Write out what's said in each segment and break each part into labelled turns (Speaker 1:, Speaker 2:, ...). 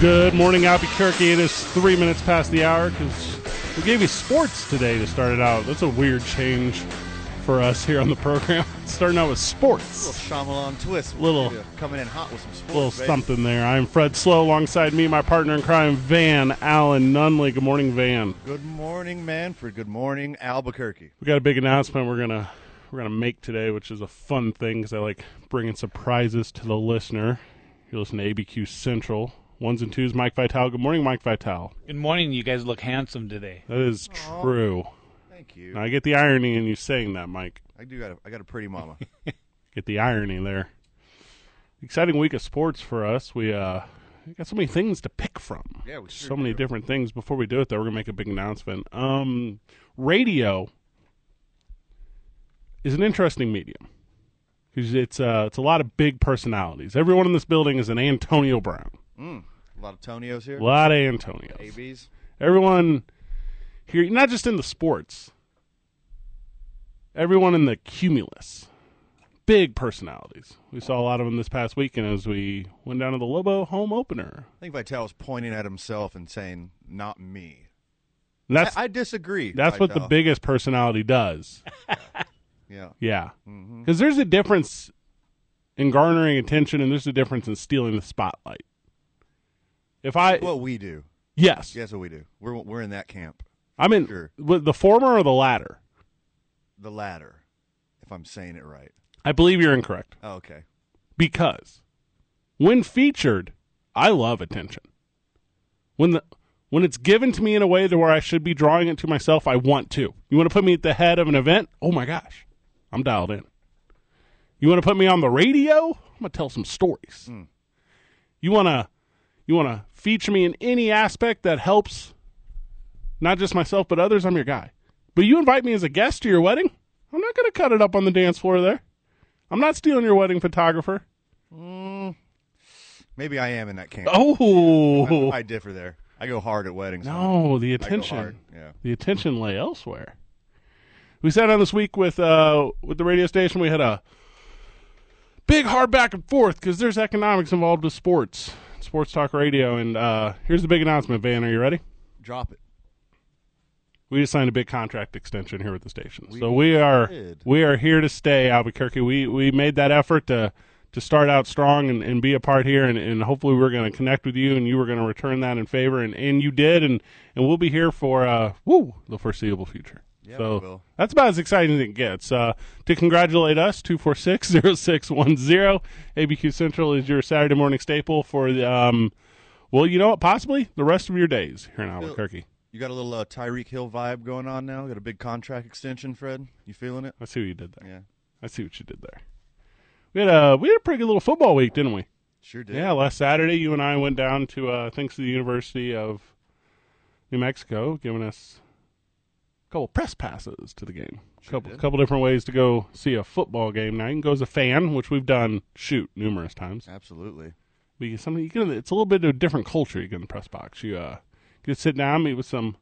Speaker 1: Good morning, Albuquerque. It is three minutes past the hour because we gave you sports today to start it out. That's a weird change for us here on the program. Starting out with
Speaker 2: A
Speaker 1: sports.
Speaker 2: little Shyamalan twist. What
Speaker 1: Little-
Speaker 2: you do? coming in hot with some sports.
Speaker 1: little
Speaker 2: baby.
Speaker 1: something there. I'm Fred Slow. Alongside me, my partner in crime, Van Allen Nunley. Good morning, Van.
Speaker 2: Good morning, Manfred. Good morning, Albuquerque.
Speaker 1: We got a big announcement we're gonna we're gonna make today, which is a fun thing because I like bringing surprises to the listener. You listen to ABQ Central. Ones and twos, Mike Vital. Good morning, Mike Vital.
Speaker 3: Good morning. You guys look handsome today.
Speaker 1: That is true.
Speaker 2: Thank you.
Speaker 1: Now, I get the irony in you saying that, Mike.
Speaker 2: I do got a, I got a pretty mama.
Speaker 1: Get the irony there. Exciting week of sports for us. We uh we got so many things to pick from.
Speaker 2: Yeah, we
Speaker 1: so
Speaker 2: sure
Speaker 1: many
Speaker 2: do.
Speaker 1: different things. Before we do it, though, we're gonna make a big announcement. Um, radio is an interesting medium because it's uh it's a lot of big personalities. Everyone in this building is an Antonio Brown.
Speaker 2: a lot of Tonios here.
Speaker 1: A lot of Antonios.
Speaker 2: ABs.
Speaker 1: everyone here not just in the sports everyone in the cumulus big personalities we saw a lot of them this past weekend as we went down to the lobo home opener
Speaker 2: I think Vital was pointing at himself and saying, "Not me."
Speaker 1: And that's
Speaker 2: I, I disagree.
Speaker 1: that's what the
Speaker 2: Vital.
Speaker 1: biggest personality does
Speaker 2: Yeah.
Speaker 1: yeah because
Speaker 2: Mm-hmm.
Speaker 1: there's a difference in garnering attention and there's a difference in stealing the spotlight if i
Speaker 2: What we do.
Speaker 1: yes
Speaker 2: Yes, what we do. We're we're in that camp.
Speaker 1: i'm in
Speaker 2: sure.
Speaker 1: with the former or the latter
Speaker 2: The latter, if I'm saying it right.
Speaker 1: i believe you're incorrect
Speaker 2: Oh, okay.
Speaker 1: because when featured, I love attention. When the when it's given to me in a way to where I should be drawing it to myself, I want to. You want to put me at the head of an event? Oh my gosh, I'm dialed in. You want to put me on the radio? I'm gonna tell some stories. You wanna you wanna feature me in any aspect that helps not just myself but others. I'm your guy. But you invite me as a guest to your wedding? I'm not gonna cut it up on the dance floor there. I'm not stealing your wedding photographer.
Speaker 2: Maybe I am in that camp.
Speaker 1: Oh
Speaker 2: I differ there. I go hard at weddings.
Speaker 1: no, the
Speaker 2: I go hard.
Speaker 1: attention,
Speaker 2: Yeah.
Speaker 1: the attention lay elsewhere. We sat down this week with uh, with the radio station. We had a big hard back and forth because there's economics involved with sports, sports talk radio, and uh, here's the big announcement. Van, are you ready?
Speaker 2: Drop it.
Speaker 1: We just signed a big contract extension here with the station, so we are
Speaker 2: did.
Speaker 1: we are here to stay, Albuquerque. We we made that effort to to start out strong and, and be a part here, and, and hopefully we're going to connect with you, and you were going to return that in favor, and, and you did, and and we'll be here for uh woo the foreseeable future.
Speaker 2: Yeah,
Speaker 1: so
Speaker 2: we will.
Speaker 1: that's about as exciting as it gets. Uh, to congratulate us, 246-0610. ABQ Central is your Saturday morning staple for the um, well, you know what, possibly the rest of your days here in Albuquerque.
Speaker 2: You got a little uh, Tyreek Hill vibe going on now. Got a big contract extension, Fred. You feeling it?
Speaker 1: I see what you did there.
Speaker 2: Yeah,
Speaker 1: I see what you did there. We had a we had a pretty good little football week, didn't we?
Speaker 2: sure did.
Speaker 1: Yeah, last Saturday you and I went down to uh, thanks to the University of New Mexico, giving us a couple press passes to the game. A couple
Speaker 2: did.
Speaker 1: couple different ways to go see a football game. Now you can go as a fan, which we've done shoot numerous times.
Speaker 2: absolutely.
Speaker 1: But you, something you can, it's a little bit of a different culture you get in the press box. You uh, get to sit down, meet with some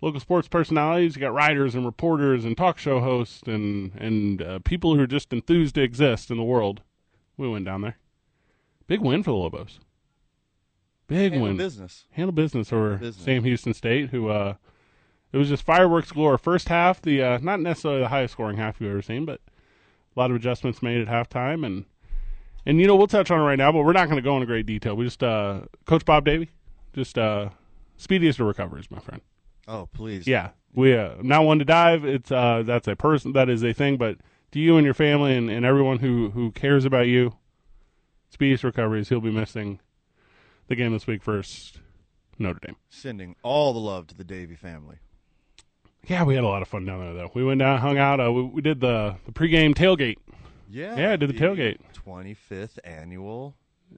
Speaker 1: local sports personalities. You got writers and reporters and talk show hosts and and uh, people who are just enthused to exist in the world. We went down there. Big win for the Lobos. Big
Speaker 2: Handle
Speaker 1: win.
Speaker 2: business.
Speaker 1: Handle business over
Speaker 2: Business.
Speaker 1: Sam Houston State, who uh, it was just fireworks galore. First half, the uh, not necessarily the highest scoring half you've ever seen, but a lot of adjustments made at halftime, and and you know we'll touch on it right now, but we're not going to go into great detail. We just uh, Coach Bob Davy, just uh, speedy as to recover is my friend.
Speaker 2: Oh, please.
Speaker 1: Yeah, we uh, not one to dive. It's uh, that's a person that is a thing, but to you and your family and, and everyone who who cares about you, speediest recoveries. He'll be missing the game this week versus Notre Dame.
Speaker 2: Sending all the love to the Davy family.
Speaker 1: Yeah, we had a lot of fun down there though. We went down, hung out. Uh, we, we did the the pregame tailgate
Speaker 2: Yeah.
Speaker 1: Yeah, I did the tailgate.
Speaker 2: 25th annual.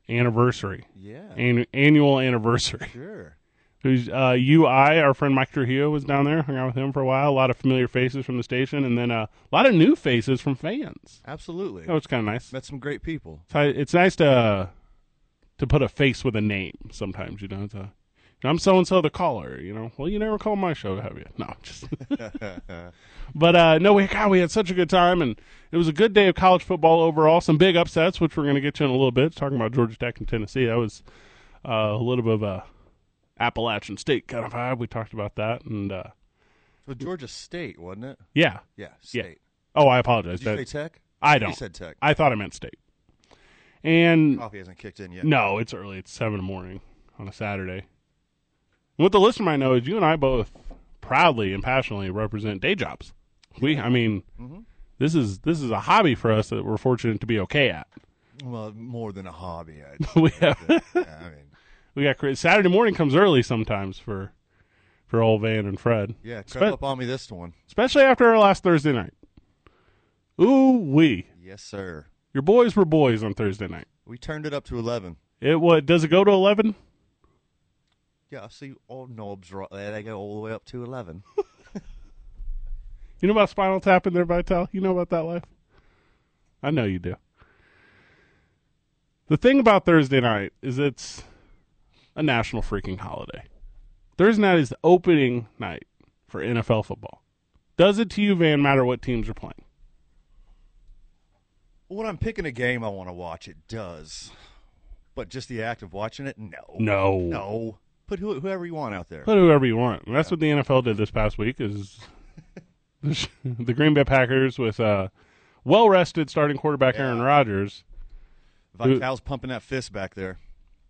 Speaker 1: anniversary,
Speaker 2: Yeah.
Speaker 1: an, annual anniversary.
Speaker 2: sure.
Speaker 1: who's uh, UI, our friend Mike Trujillo was down there, hung out with him for a while. A lot of familiar faces from the station, and then uh, a lot of new faces from fans.
Speaker 2: Absolutely.
Speaker 1: That was kind of nice.
Speaker 2: Met some great people.
Speaker 1: It's, hi- it's nice to to put a face with a name. Sometimes you know, it's a, I'm so and so the caller. You know, well, you never call my show, have you? No, just. but uh, no, we God, we had such a good time, and it was a good day of college football overall. Some big upsets, which we're going to get to in a little bit. Talking about Georgia Tech and Tennessee, that was uh, a little bit of a Appalachian state kind of vibe. We talked about that, and uh,
Speaker 2: So Georgia State, wasn't it?
Speaker 1: yeah.
Speaker 2: Yeah,
Speaker 1: Yeah.
Speaker 2: State.
Speaker 1: Oh, I apologize.
Speaker 2: Did you say
Speaker 1: That-
Speaker 2: Tech?
Speaker 1: I
Speaker 2: You
Speaker 1: don't.
Speaker 2: said Tech.
Speaker 1: I thought I meant state. And
Speaker 2: Coffee hasn't kicked in yet.
Speaker 1: No, it's early. It's seven in the morning on a Saturday. What the listener might know is you and I both proudly and passionately represent day jobs. We, I mean, this is this is a hobby for us that we're fortunate to be okay at.
Speaker 2: Well, more than a hobby. I'd say.
Speaker 1: we have,
Speaker 2: yeah, I mean,
Speaker 1: we got cra- Saturday morning comes early sometimes for for old Van and Fred,
Speaker 2: yeah,
Speaker 1: Spe-
Speaker 2: crept up on me this one.
Speaker 1: especially after our last Thursday night. Ooh wee,
Speaker 2: Yes, sir.
Speaker 1: your boys were boys on Thursday night.
Speaker 2: We turned it up to 11.
Speaker 1: It what does it go to eleven?
Speaker 2: Yeah, I see all knobs right there. They go all the way up to 11.
Speaker 1: You know about Spinal Tap and their Vital? You know about that life? I know you do. The thing about Thursday night is it's a national freaking holiday. Thursday night is the opening night for NFL football. Does it to you, Van, matter what teams are playing?
Speaker 2: when I'm picking a game I want to watch, it does. But just the act of watching it, no.
Speaker 1: No.
Speaker 2: No. Put who, whoever you want out there.
Speaker 1: Put whoever you want. And that's what the NFL did this past week is the Green Bay Packers with uh, well-rested starting quarterback Aaron Rodgers,
Speaker 2: Vital's pumping that fist back there.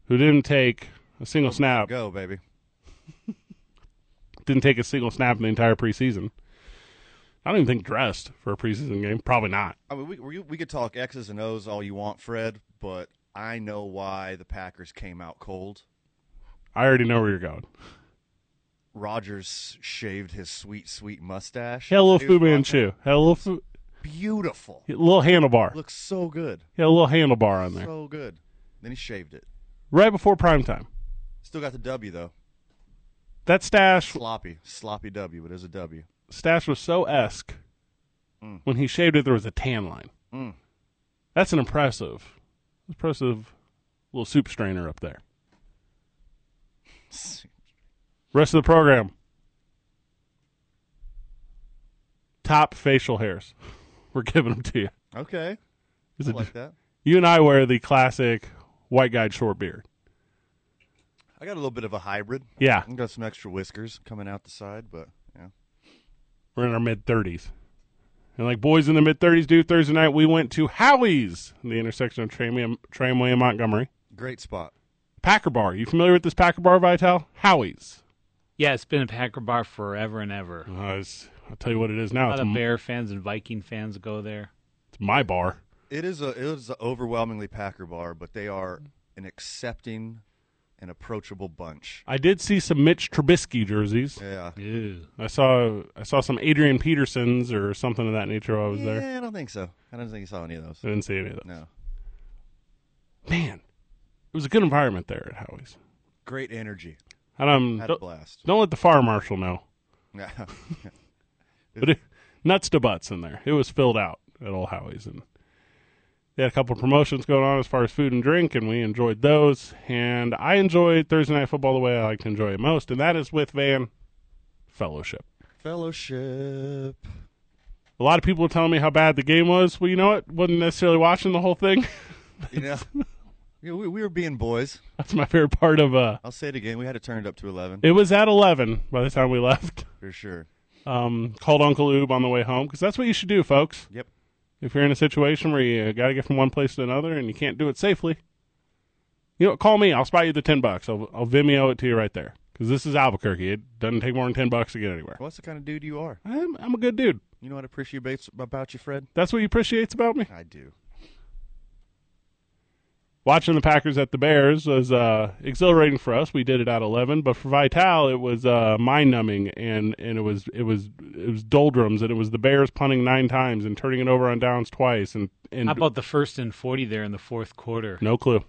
Speaker 1: who didn't take a single snap
Speaker 2: Go, baby.
Speaker 1: didn't take a single snap in the entire preseason. I don't even think dressed for a preseason game. Probably not.
Speaker 2: I mean, we, we, we could talk X's and O's all you want, Fred, but I know why the Packers came out cold.
Speaker 1: I already know where you're going.
Speaker 2: Rogers shaved his sweet, sweet mustache.
Speaker 1: Hello,
Speaker 2: He was
Speaker 1: Fu Manchu. Hello, Fu.
Speaker 2: Beautiful.
Speaker 1: Little handlebar.
Speaker 2: Looks so good.
Speaker 1: He had a little handlebar on there.
Speaker 2: So good. Then he shaved it.
Speaker 1: Right before prime time.
Speaker 2: Still got the W, though.
Speaker 1: That stash
Speaker 2: Sloppy. Sloppy W, but it is a W.
Speaker 1: stash was so esque.
Speaker 2: Hmm.
Speaker 1: When he shaved it, there was a tan line.
Speaker 2: Mm.
Speaker 1: That's an impressive, impressive little soup strainer up there. Rest of the program. Top facial hairs. We're giving them to you.
Speaker 2: Okay.
Speaker 1: Is
Speaker 2: I
Speaker 1: it,
Speaker 2: like that.
Speaker 1: you and I wear the classic white guy short beard.
Speaker 2: I got a little bit of a hybrid.
Speaker 1: Yeah,
Speaker 2: I got some extra whiskers coming out the side, but yeah.
Speaker 1: we're in our mid 30s. And like boys in the mid 30s do, Thursday night we went to Howie's, the intersection of Tramway, Tramway and Montgomery.
Speaker 2: Great spot.
Speaker 1: Packer Bar. You familiar with this Packer Bar, Vital? Howie's.
Speaker 3: Yeah, it's been a Packer bar forever and ever.
Speaker 2: Oh,
Speaker 1: Uh, it's- I'll tell you what it is now.
Speaker 3: A
Speaker 1: It's,
Speaker 3: lot of
Speaker 1: m-
Speaker 3: Bear fans and Viking fans go there.
Speaker 1: it's my bar.
Speaker 2: It is a it is an overwhelmingly Packer bar, but they are an accepting and approachable bunch.
Speaker 1: I did see some Mitch Trubisky jerseys.
Speaker 2: Yeah.
Speaker 3: Ew.
Speaker 1: I saw I saw some Adrian Petersons or something of that nature while I was there.
Speaker 2: Yeah, I don't think so. I don't think you saw any of those.
Speaker 1: I didn't see any of those.
Speaker 2: No.
Speaker 1: Man, it was a good environment there at Howie's.
Speaker 2: Great energy.
Speaker 1: And um,
Speaker 2: Had a
Speaker 1: don't,
Speaker 2: blast.
Speaker 1: don't let the fire marshal know.
Speaker 2: Yeah.
Speaker 1: But it, nuts to butts in there. It was filled out at old Howie's, and they had a couple of promotions going on as far as food and drink, and we enjoyed those. And I enjoyed Thursday night football the way I like to enjoy it most, and that is with Van Fellowship.
Speaker 2: Fellowship.
Speaker 1: A lot of people were telling me how bad the game was. Well, you know what? Wasn't necessarily watching the whole thing.
Speaker 2: You know, yeah, we, we were being boys.
Speaker 1: That's my favorite part of uh,
Speaker 2: I'll say it again. We had it turned up to 11
Speaker 1: It was at 11 by the time we left.
Speaker 2: for sure.
Speaker 1: Um, called Uncle Oob on the way home because that's what you should do, folks.
Speaker 2: Yep.
Speaker 1: If you're in a situation where you got to get from one place to another and you can't do it safely, you know, call me. I'll spot you the 10 bucks. I'll, I'll Vimeo it to you right there because this is Albuquerque. It doesn't take more than 10 bucks to get anywhere.
Speaker 2: What's the kind of dude you are?
Speaker 1: I'm, I'm a good dude.
Speaker 2: You know what I appreciate about- about you, Fred?
Speaker 1: That's what he appreciates about me.
Speaker 2: I do.
Speaker 1: Watching the Packers at the Bears was uh, exhilarating for us. We did it at 11, but for Vital, it was uh, mind-numbing, and, and it was it was it was doldrums, and it was the Bears punting nine times and turning it over on downs twice, and and
Speaker 3: How about the first and 40 there in the fourth quarter?
Speaker 1: no clue.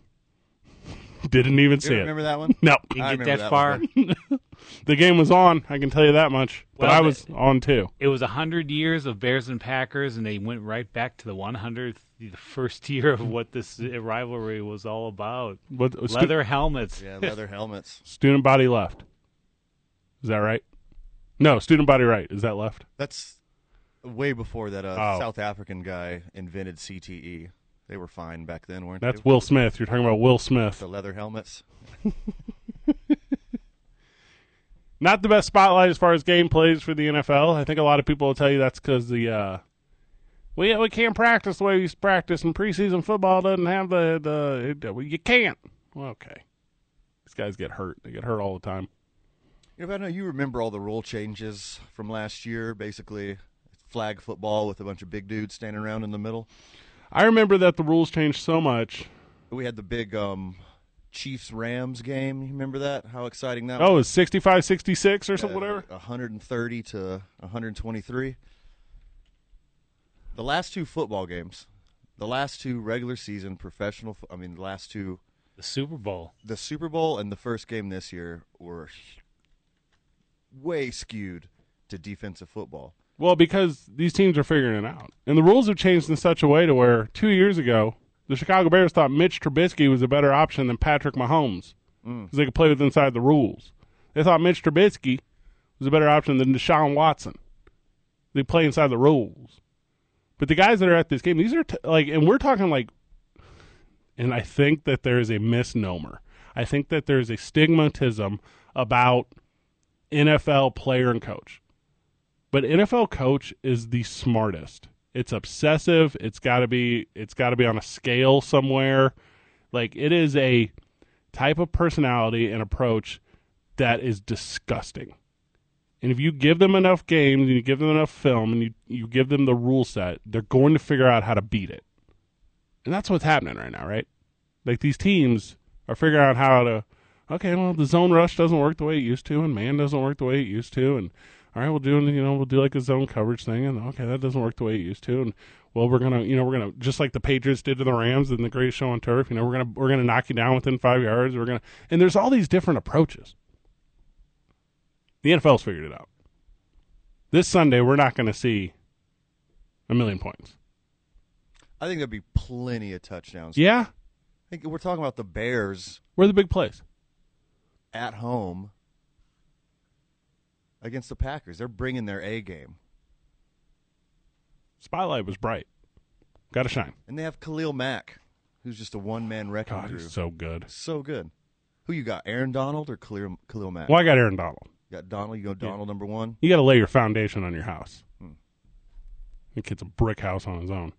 Speaker 1: Didn't even
Speaker 2: Do
Speaker 1: see
Speaker 2: you
Speaker 1: it.
Speaker 2: remember that one?
Speaker 1: No,
Speaker 3: Didn't
Speaker 2: I
Speaker 3: get
Speaker 2: remember
Speaker 3: that,
Speaker 2: that
Speaker 3: far.
Speaker 2: one,
Speaker 1: the game was on. I can tell you that much. But
Speaker 3: Well,
Speaker 1: I was on too.
Speaker 3: It was 100 years of Bears and Packers, and they went right back to the 100th, the first year of what this rivalry was all about.
Speaker 1: What, stu-
Speaker 3: Leather helmets.
Speaker 2: Yeah, leather helmets.
Speaker 1: student body left. Is that right? No, student body right. Is that left?
Speaker 2: That's way before that uh,
Speaker 1: Oh.
Speaker 2: South African guy invented CTE. E. They were fine back then, weren't
Speaker 1: That's
Speaker 2: they?
Speaker 1: Will Smith. You're talking about Will Smith.
Speaker 2: The leather helmets.
Speaker 1: Not the best spotlight as far as gameplays for the NFL. I think a lot of people will tell you that's because the uh, we we can't practice the way we used to practice, and preseason football doesn't have the the it, uh, well, you can't. Well, okay, these guys get hurt. They get hurt all the time.
Speaker 2: You know, I know you remember all the rule changes from last year. Basically, flag football with a bunch of big dudes standing around in the middle.
Speaker 1: I remember that the rules changed so much.
Speaker 2: We had the big um, Chiefs Rams game. You remember that? How exciting that
Speaker 1: Oh, it was 65 66 or something,
Speaker 2: uh,
Speaker 1: whatever.
Speaker 2: 130 to 123. The last two football games, the last two regular season professional, fo- I mean, the last two,
Speaker 3: The Super Bowl.
Speaker 2: the Super Bowl and the first game this year were way skewed to defensive football.
Speaker 1: Well, because these teams are figuring it out. And the rules have changed in such a way to where two years ago, the Chicago Bears thought Mitch Trubisky was a better option than Patrick Mahomes because they could play with inside the rules. They thought Mitch Trubisky was a better option than Deshaun Watson. They play inside the rules. But the guys that are at this game, these are t- like, and we're talking like, and I think that there is a misnomer. I think that there is a stigmatism about NFL player and coach. But NFL coach is the smartest. It's obsessive. It's got to be. It's got to be on a scale somewhere. Like it is a type of personality and approach that is disgusting. And if you give them enough games and you give them enough film and you, you give them the rule set, they're going to figure out how to beat it. And that's what's happening right now, right? Like these teams are figuring out how to okay, well the zone rush doesn't work the way it used to and man doesn't work the way it used to and all right, we'll do you know, we'll do like a zone coverage thing and okay, that doesn't work the way it used to and well we're gonna you know, we're gonna just like the Patriots did to the Rams in the greatest show on turf, you know, we're gonna we're gonna knock you down within five yards, we're gonna and there's all these different approaches. The NFL's figured it out. This Sunday we're not gonna see a million points.
Speaker 2: I think there'd be plenty of touchdowns.
Speaker 1: Yeah?
Speaker 2: I think we're talking about the Bears
Speaker 1: Where are the big plays?
Speaker 2: at home against the Packers. They're bringing their A game.
Speaker 1: Spotlight was bright. Gotta shine.
Speaker 2: And they have Khalil Mack, who's just a one man wrecking
Speaker 1: God,
Speaker 2: crew.
Speaker 1: he's
Speaker 2: So-,
Speaker 1: so good.
Speaker 2: good. Who you got, Aaron Donald or Khalil, Khalil Mack?
Speaker 1: Well, I got Aaron Donald.
Speaker 2: You got Donald, you go Donald number one.
Speaker 1: You got to lay your foundation on your house. The kid's a brick house on his own.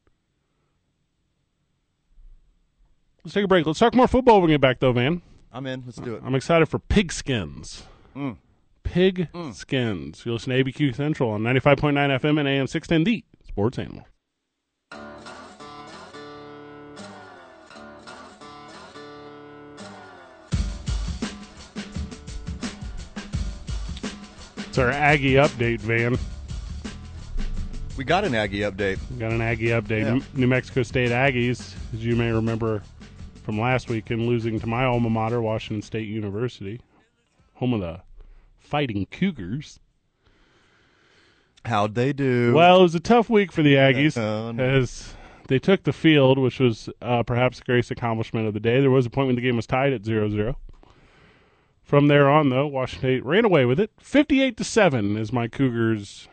Speaker 1: Let's take a break. Let's talk more football when we get back, though, Van.
Speaker 2: I'm in. Let's do it.
Speaker 1: I'm excited for Pigskins.
Speaker 2: Mm.
Speaker 1: Pig Skins. You listen to ABQ Central on 95.9 FM and AM 610 The Sports Animal. It's our Aggie update, Van.
Speaker 2: We got an Aggie update.
Speaker 1: We got an Aggie update.
Speaker 2: Yeah.
Speaker 1: New- New Mexico State Aggies, as you may remember from last week, in losing to my alma mater, Washington State University, home of the Fighting Cougars.
Speaker 2: How'd they do?
Speaker 1: Well, it was a tough week for the Aggies
Speaker 2: Oh, no.
Speaker 1: as they took the field, which was uh, perhaps the greatest accomplishment of the day. There was a point when the game was tied at 0-0. From there on, though, Washington State ran away with it, fifty-eight to seven, as my Cougars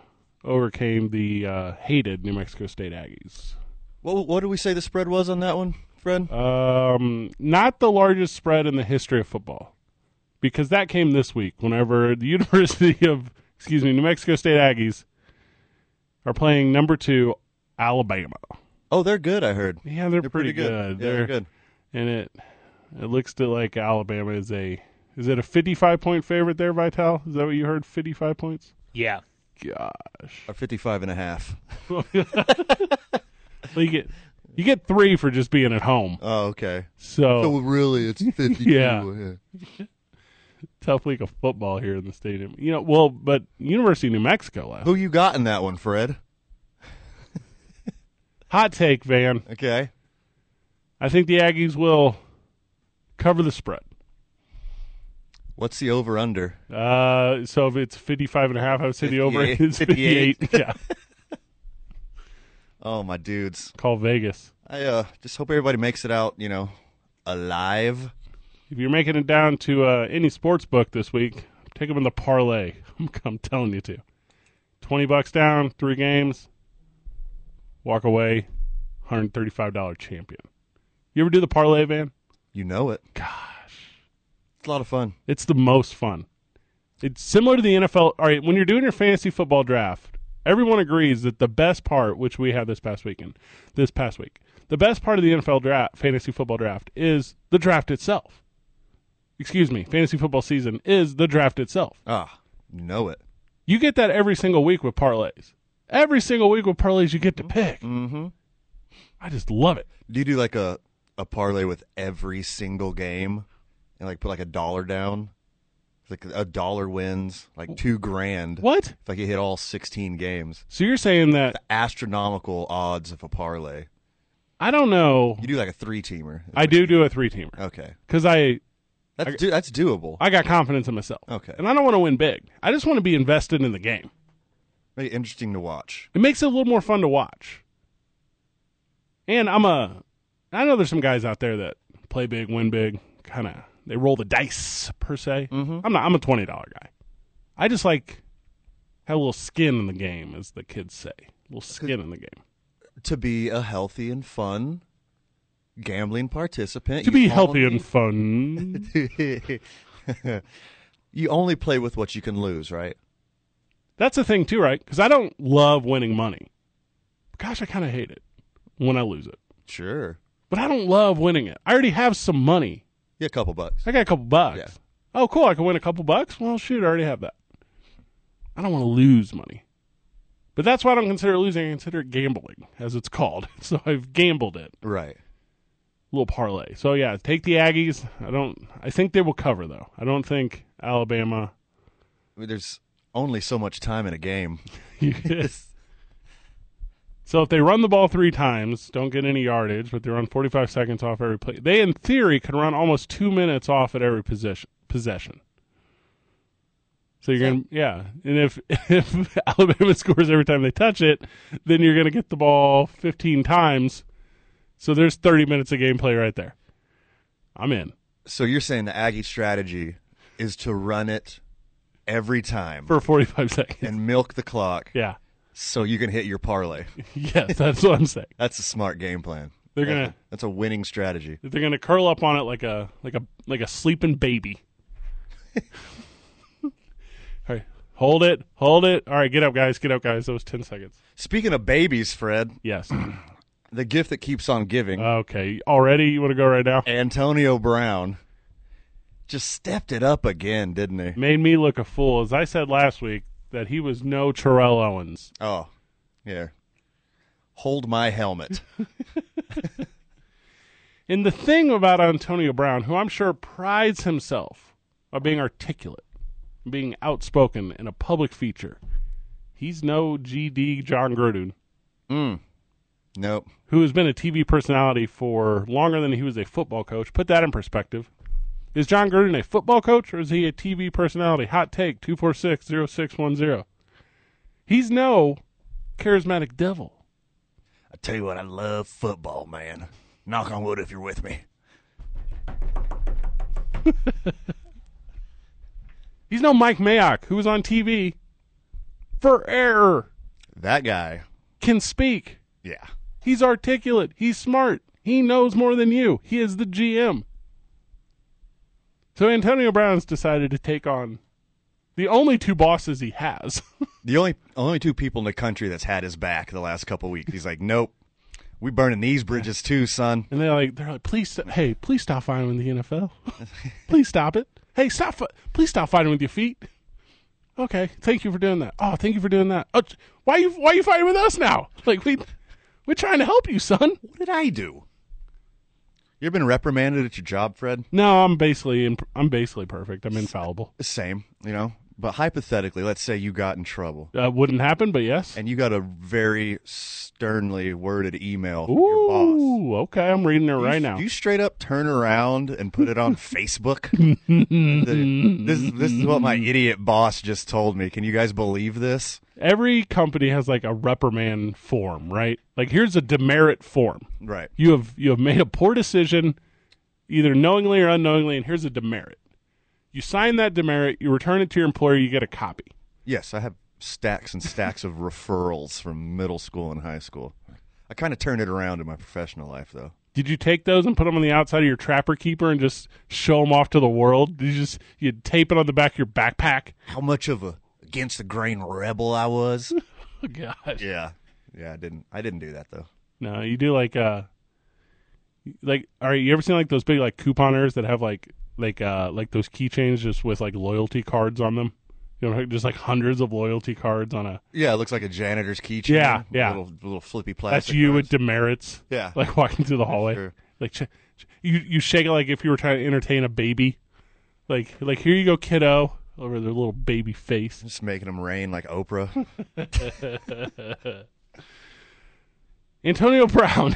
Speaker 1: overcame the uh, hated New Mexico State Aggies.
Speaker 2: what, what did we say the spread was on that one, Fred?
Speaker 1: Um, not the largest spread in the history of football, because that came this week. Whenever the University of, excuse me, New Mexico State Aggies are playing number two Alabama.
Speaker 2: oh, they're good, I heard.
Speaker 1: Yeah, they're,
Speaker 2: They're pretty, good. Yeah, they're good.
Speaker 1: and it it looks to like Alabama is a is it a fifty five point favorite there, Vital? Is that what you heard? Fifty five points.
Speaker 3: Yeah.
Speaker 1: Gosh,
Speaker 2: Or 55 and a half.
Speaker 1: well, you get you get three for just being at home.
Speaker 2: Oh, okay.
Speaker 1: So
Speaker 2: So really, it's 52.
Speaker 1: Yeah. tough week of football here in the stadium. You know, well, but University of New Mexico last.
Speaker 2: Who you got in that one, Fred?
Speaker 1: Hot take, Van.
Speaker 2: Okay.
Speaker 1: I think the Aggies will cover the spread.
Speaker 2: What's the over under?
Speaker 1: Uh, so if it's 55 and a half, I would say the over
Speaker 2: 58.
Speaker 1: is 58. yeah.
Speaker 2: Oh, my dudes.
Speaker 1: Call Vegas.
Speaker 2: I uh, just hope everybody makes it out, you know, alive.
Speaker 1: If you're making it down to uh, any sports book this week, take them in the parlay. I'm, I'm telling you to. 20 bucks down, three games, walk away $135 champion. You ever do the parlay van?
Speaker 2: You know it.
Speaker 1: Gosh,
Speaker 2: It's a lot of fun.
Speaker 1: it's the most fun. It's similar to the NFL. All right, when you're doing your fantasy football draft, everyone agrees that the best part, which we had this past weekend, this past week, the best part of the NFL draft, fantasy football draft, is the draft itself. Excuse me, fantasy football season is the draft itself.
Speaker 2: Ah, you know it.
Speaker 1: You get that every single week with parlays. Every single week with parlays, you get to pick.
Speaker 2: Mm-hmm.
Speaker 1: I just love it.
Speaker 2: Do you do like a a parlay with every single game, and like put like a dollar down? It's Like a dollar wins, like two grand.
Speaker 1: What?
Speaker 2: If like you hit all sixteen games,
Speaker 1: So you're saying that
Speaker 2: the astronomical odds of a parlay.
Speaker 1: I don't know.
Speaker 2: You do like a three teamer.
Speaker 1: I do do a three teamer
Speaker 2: Okay,
Speaker 1: because I
Speaker 2: that's do, that's doable.
Speaker 1: I got confidence in myself.
Speaker 2: Okay.
Speaker 1: and I don't want to win big. I just want to be invested in the game.
Speaker 2: Make it interesting to watch.
Speaker 1: It makes it a little more fun to watch. And I'm a. I know there's some guys out there that play big, win big, kind of they roll the dice per se.
Speaker 2: Mhm.
Speaker 1: I'm not. I'm a twenty dollar guy. I just like have a little skin in the game, as the kids say. A little skin in the game.
Speaker 2: To be a healthy and fun gambling participant.
Speaker 1: To
Speaker 2: you
Speaker 1: be healthy
Speaker 2: only-
Speaker 1: and fun.
Speaker 2: you only play with what you can lose, right?
Speaker 1: That's the thing too, right? Because I don't love winning money. Gosh, I kind of hate it when I lose it.
Speaker 2: Sure.
Speaker 1: But I don't love winning it. I already have some money.
Speaker 2: Yeah, a couple bucks.
Speaker 1: I got a couple bucks.
Speaker 2: Yeah.
Speaker 1: Oh, cool! I can win a couple bucks. Well, shoot, I already have that. I don't want to lose money. But that's why I don't consider it losing. I consider it gambling, as it's called. So I've gambled it.
Speaker 2: Right.
Speaker 1: Little parlay. So yeah, take the Aggies. I don't. I think they will cover though. I don't think Alabama.
Speaker 2: I mean, there's only so much time in a game.
Speaker 1: So if they run the ball three times, don't get any yardage, but they run 45 seconds off every play. They, in theory, can run almost two minutes off at every position. Possession. So you're gonna, yeah. And if if Alabama scores every time they touch it, then you're gonna get the ball 15 times. So there's 30 minutes of gameplay right there. I'm in
Speaker 2: So you're saying the Aggie strategy is to run it every time
Speaker 1: for 45 seconds.
Speaker 2: and milk the clock
Speaker 1: Yeah.
Speaker 2: so you can hit your parlay.
Speaker 1: Yes, that's what I'm saying.
Speaker 2: That's a smart game plan.
Speaker 1: They're gonna
Speaker 2: That's a winning strategy.
Speaker 1: they're gonna curl up on it like a like a like a sleeping baby. All right, hold it, hold it. All right, get up, guys, get up, guys. That was ten seconds.
Speaker 2: Speaking of babies, Fred,
Speaker 1: Yes.
Speaker 2: the gift that keeps on giving,
Speaker 1: Uh, okay. Already, you want to go right
Speaker 2: Eh.
Speaker 1: now?
Speaker 2: Antonio Brown just stepped it up again, didn't he?
Speaker 1: Made me look a fool, as I said last week, that he was no Terrell Owens.
Speaker 2: Oh, yeah. Hold my helmet.
Speaker 1: And the thing about Antonio Brown, who I'm sure prides himself on being articulate, being outspoken, and a public feature, he's no GD John Gruden.
Speaker 2: Mm. Nope.
Speaker 1: who has been a TV personality for longer than he was a football coach. Put that in perspective. Is John Gruden a football coach or is he a TV personality? Hot take 2460610. He's no charismatic devil.
Speaker 2: I tell you what, I love football, man. Knock on wood if you're with me.
Speaker 1: He's no Mike Mayock who was on TV for error,
Speaker 2: That guy.
Speaker 1: can speak.
Speaker 2: Yeah.
Speaker 1: He's articulate, he's smart, he knows more than you. He is the GM. So Antonio Brown's decided to take on the only two bosses he has.
Speaker 2: The only only two people in the country that's had his back the last couple weeks. He's like, nope, we burning these bridges too, son.
Speaker 1: And they're like, they're like, please, st- hey, please stop fighting with the NFL. please stop it. Hey, stop, fi- please stop fighting with your feet. Okay, thank you for doing that. Oh, thank you for doing that. Oh, t- why you, why you fighting with us now? Like we, we're trying to help you, son.
Speaker 2: What did I do? You ever been reprimanded at your job, Fred?
Speaker 1: No, I'm basically, imp- I'm basically perfect. I'm infallible.
Speaker 2: Same, you know. But hypothetically, let's say you got in trouble
Speaker 1: That wouldn't happen, but yes.
Speaker 2: and you got a very sternly worded email from your boss.
Speaker 1: Ooh, okay, I'm reading it right now.
Speaker 2: Do you straight up turn around and put it on Facebook? The- this, this is what my idiot boss just told me. Can you guys believe this?
Speaker 1: Every company has like a reprimand form, right? Like here's a demerit form.
Speaker 2: Right.
Speaker 1: you have you have made a poor decision either knowingly or unknowingly and here's a demerit you sign that demerit you return it to your employer you get a copy
Speaker 2: Yes, I have stacks and stacks of referrals from middle school and high school. I kind of turned it around in my professional life, though.
Speaker 1: Did you take those and put them on the outside of your trapper keeper and just show them off to the world? Did you just you tape it on the back of your backpack?
Speaker 2: How much of a against the grain rebel I was.
Speaker 1: Oh gosh,
Speaker 2: yeah, yeah. I didn't. I didn't do that though.
Speaker 1: no, you do like uh, like all right. You ever seen like those big like couponers that have like like uh like those keychains just with like loyalty cards on them? You know, just like hundreds of loyalty cards on a.
Speaker 2: Yeah, it looks like a janitor's keychain.
Speaker 1: Yeah, yeah.
Speaker 2: Little, little flippy plastic.
Speaker 1: That's you
Speaker 2: ones.
Speaker 1: with demerits.
Speaker 2: Yeah.
Speaker 1: like walking through the hallway.
Speaker 2: Sure.
Speaker 1: Like ch- ch- you, you shake it like if you were trying to entertain a baby. Like, like here you go, kiddo, over their little baby face.
Speaker 2: Just making them rain like Oprah.
Speaker 1: Antonio Brown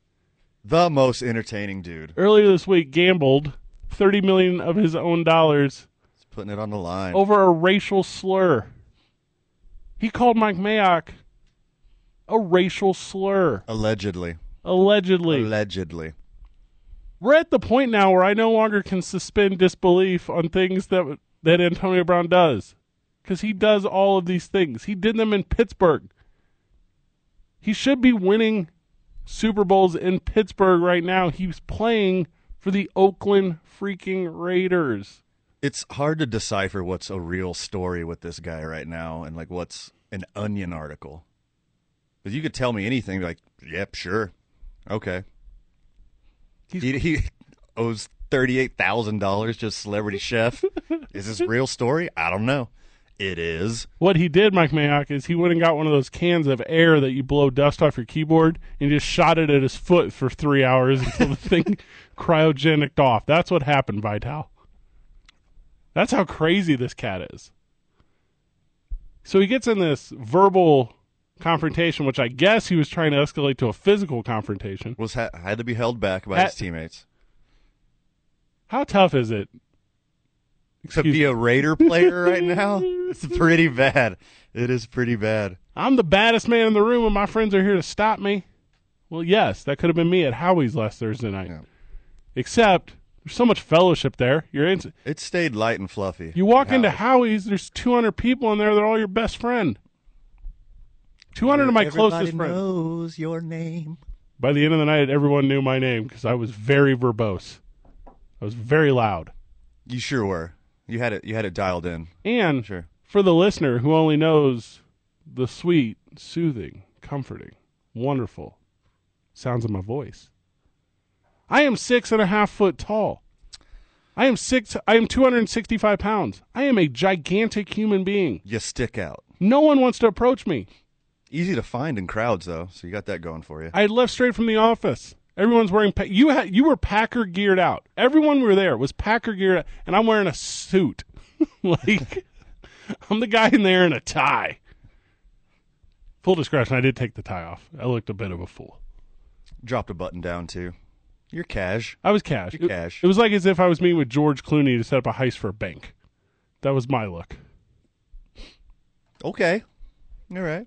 Speaker 2: the most entertaining dude.
Speaker 1: earlier this week gambled thirty million of his own dollars
Speaker 2: Just putting it on the line.
Speaker 1: over a racial slur. He called Mike Mayock a racial slur,
Speaker 2: Allegedly.
Speaker 1: allegedly.
Speaker 2: Allegedly.
Speaker 1: We're at the point now where I no longer can suspend disbelief on things that that Antonio Brown does, because he does all of these things. He did them in Pittsburgh. He should be winning Super Bowls in Pittsburgh right now. He's playing for the Oakland freaking Raiders.
Speaker 2: It's hard to decipher what's a real story with this guy right now and like what's an onion article. But you could tell me anything, be like, yep, sure. Okay.
Speaker 1: He's-
Speaker 2: He, he owes $38,000 to a celebrity chef. Is this real story? I don't know. It is.
Speaker 1: What he did, Mike Mayock, is he went and got one of those cans of air that you blow dust off your keyboard and just shot it at his foot for three hours until the thing cryogenicked off. That's what happened, Vital. That's how crazy this cat is. So he gets in this verbal confrontation, which I guess he was trying to escalate to a physical confrontation.
Speaker 2: Was ha- had to be held back by his
Speaker 1: At-
Speaker 2: teammates.
Speaker 1: How tough is it?
Speaker 2: To be a Raider player right now, it's pretty bad. It is pretty bad.
Speaker 1: I'm the baddest man in the room and my friends are here to stop me. Well, yes, that could have been me at Howie's last Thursday night.
Speaker 2: Yeah.
Speaker 1: Except there's so much fellowship there. You're in,
Speaker 2: It stayed light and fluffy.
Speaker 1: you walk
Speaker 2: How-
Speaker 1: into Howie's, there's 200 people in there. They're all your best friend. 200 of my closest
Speaker 2: Everybody
Speaker 1: friends.
Speaker 2: knows your name.
Speaker 1: By the end of the night, everyone knew my name because I was very verbose. I was very loud.
Speaker 2: You sure were. You had it. You had it dialed in.
Speaker 1: And
Speaker 2: Sure.
Speaker 1: for the listener who only knows the sweet, soothing, comforting, wonderful sounds of my voice, I am six and a half foot tall. I am six. I am 265 pounds. I am a gigantic human being.
Speaker 2: You stick out.
Speaker 1: No one wants to approach me.
Speaker 2: Easy to find in crowds though, so you got that going for you.
Speaker 1: I had left straight from the office. Everyone's wearing pa- you. Had, you were Packer geared out. Everyone were there was Packer geared, out, and I'm wearing a suit. like I'm the guy in there in a tie. Full discretion, I did take the tie off. I looked a bit of a fool.
Speaker 2: Dropped a button down too. You're cash.
Speaker 1: I was cash.
Speaker 2: You're
Speaker 1: It-
Speaker 2: cash.
Speaker 1: It, was like as if I was meeting with George Clooney to set up a heist for a bank. That was my look.
Speaker 2: Okay. All right.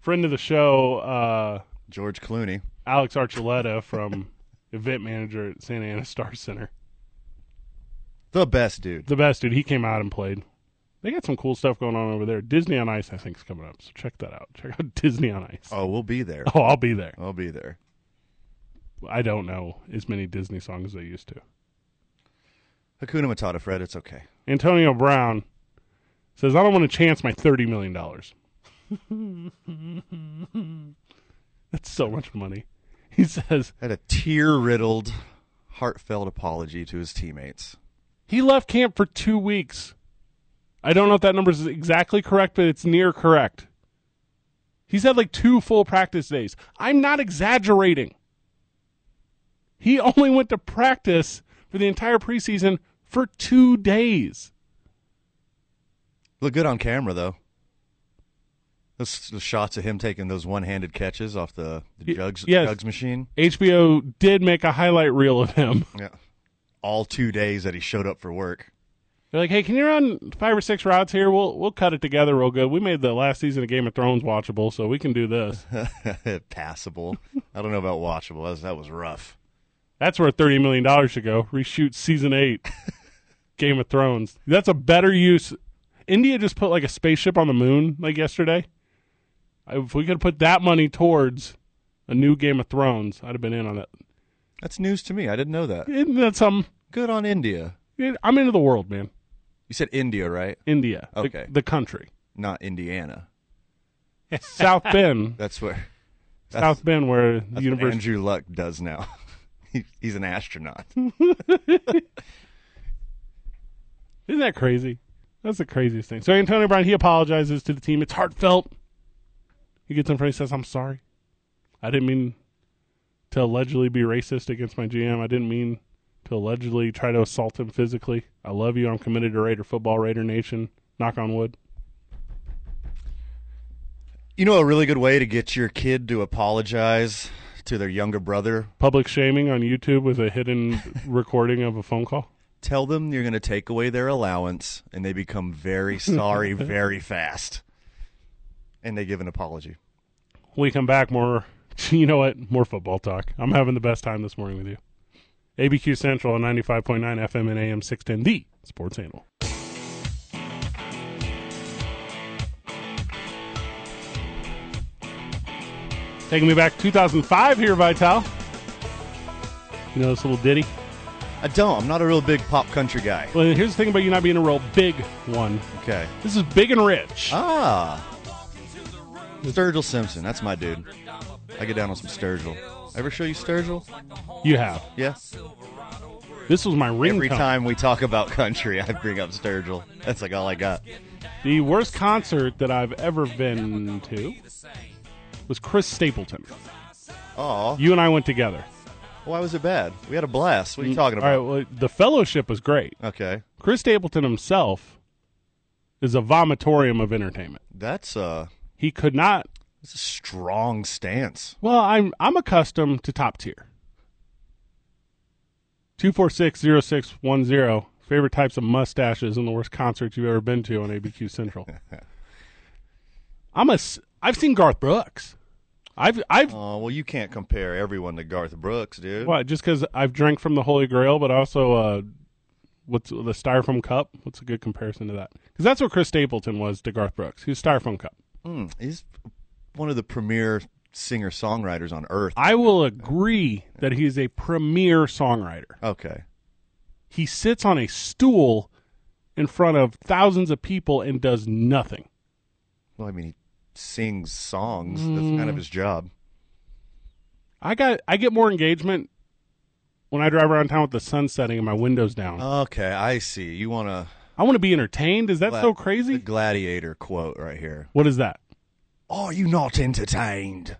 Speaker 1: Friend of the show, uh,
Speaker 2: George Clooney.
Speaker 1: Alex Archuleta from event manager at Santa Ana Star Center.
Speaker 2: The best dude.
Speaker 1: the best dude. He came out and played. They got some cool stuff going on over there. Disney on Ice, I think, is coming up. So check that out. Check out Disney on Ice.
Speaker 2: Oh, we'll be there.
Speaker 1: Oh, I'll be there.
Speaker 2: I'll be there.
Speaker 1: I don't know as many Disney songs as I used to.
Speaker 2: Hakuna Matata, Fred. It's okay.
Speaker 1: Antonio Brown says, I don't want to chance my $30 million. That's so much money. He says,
Speaker 2: Had a tear riddled, heartfelt apology to his teammates.
Speaker 1: He left camp for two weeks. I don't know if that number is exactly correct, but it's near correct. He's had like two full practice days. I'm not exaggerating. He only went to practice for the entire preseason for two days.
Speaker 2: Look good on camera though. Those, the shots of him taking those one-handed catches off the, the
Speaker 1: Y-
Speaker 2: jugs
Speaker 1: yes.
Speaker 2: jugs machine.
Speaker 1: HBO did make a highlight reel of him.
Speaker 2: Yeah. All two days that he showed up for work.
Speaker 1: They're like, hey, can you run five or six routes here? We'll we'll cut it together real good. We made the last season of Game of Thrones watchable, so we can do this.
Speaker 2: Passable. I don't know about watchable. That was, that was rough.
Speaker 1: That's where thirty million dollars should go. Reshoot season eight, Game of Thrones. That's a better use. India just put like a spaceship on the moon like yesterday. I- If we could put that money towards a new Game of Thrones, I'd have been in on it.
Speaker 2: That's news to me. I didn't know that.
Speaker 1: Isn't that some?
Speaker 2: Good on India.
Speaker 1: I'm into the world, man.
Speaker 2: You said India, right?
Speaker 1: India, the-
Speaker 2: Okay.
Speaker 1: the, country,
Speaker 2: Not Indiana.
Speaker 1: South Bend,
Speaker 2: That's where that's,
Speaker 1: South Bend, where the
Speaker 2: that's what
Speaker 1: university.
Speaker 2: Andrew Luck does now. he, he's an astronaut.
Speaker 1: Isn't that crazy? That's the craziest thing. So Antonio Brown, he apologizes to the team. It's heartfelt. He gets in front. He says, "I'm sorry. I didn't mean to allegedly be racist against my GM. I didn't mean to allegedly try to assault him physically. I love you. I'm committed to Raider football, Raider Nation. Knock on wood.
Speaker 2: You know a really good way to get your kid to apologize to their younger brother?
Speaker 1: Public shaming on YouTube with a hidden recording of a phone call.
Speaker 2: Tell them you're going to take away their allowance and they become very sorry very fast. And they give an apology.
Speaker 1: we come back more you know what more football talk i'm having the best time this morning with you abq central on 95.9 fm and am 610 the sports animal taking me back to 2005 here vital you know this little ditty
Speaker 2: I don't. I'm not a real big pop country guy.
Speaker 1: well here's the thing about you not being a real big one
Speaker 2: Okay.
Speaker 1: this is big and rich
Speaker 2: Ah. Sturgill Simpson. That's my dude. I get down on some Sturgill. Ever show you Sturgill?
Speaker 1: you have
Speaker 2: Yeah.
Speaker 1: this was my ringtone.
Speaker 2: Every time we talk about country, I bring up Sturgill. That's like all I got.
Speaker 1: The worst concert that I've ever been to was Chris Stapleton.
Speaker 2: Oh,
Speaker 1: You and I went together.
Speaker 2: why was it bad? We had a blast. What are you talking
Speaker 1: Mm, All right,
Speaker 2: about?
Speaker 1: well, the fellowship was great.
Speaker 2: Okay.
Speaker 1: Chris Stapleton himself is a vomitorium of entertainment.
Speaker 2: That's uh
Speaker 1: He could not.
Speaker 2: that's a strong stance.
Speaker 1: Well, I'm I'm accustomed to top tier. Two four six zero six one zero. Favorite types of mustaches and the worst concerts you've ever been to on ABQ Central. I'm a. s- I've seen Garth Brooks. I've I've
Speaker 2: Oh, well, you can't compare everyone to Garth Brooks, dude.
Speaker 1: What? Just because I've drank from the Holy Grail, but also uh, what's the styrofoam cup? What's a good comparison to that? Because that's what Chris Stapleton was to Garth Brooks. He was styrofoam cup.
Speaker 2: Mm, he's one of the premier singer-songwriters on earth.
Speaker 1: I will agree that he is a premier songwriter.
Speaker 2: Okay.
Speaker 1: He sits on a stool in front of thousands of people and does nothing.
Speaker 2: Well, I mean, he sings songs. That's
Speaker 1: Mm.
Speaker 2: kind of his job.
Speaker 1: I got I get more engagement when I drive around town with the sun setting and my windows
Speaker 2: Uh,
Speaker 1: down.
Speaker 2: Okay, I see. You want to
Speaker 1: I want to be entertained. Is that so crazy?
Speaker 2: The gladiator quote right here.
Speaker 1: what is that?
Speaker 2: Are you not entertained?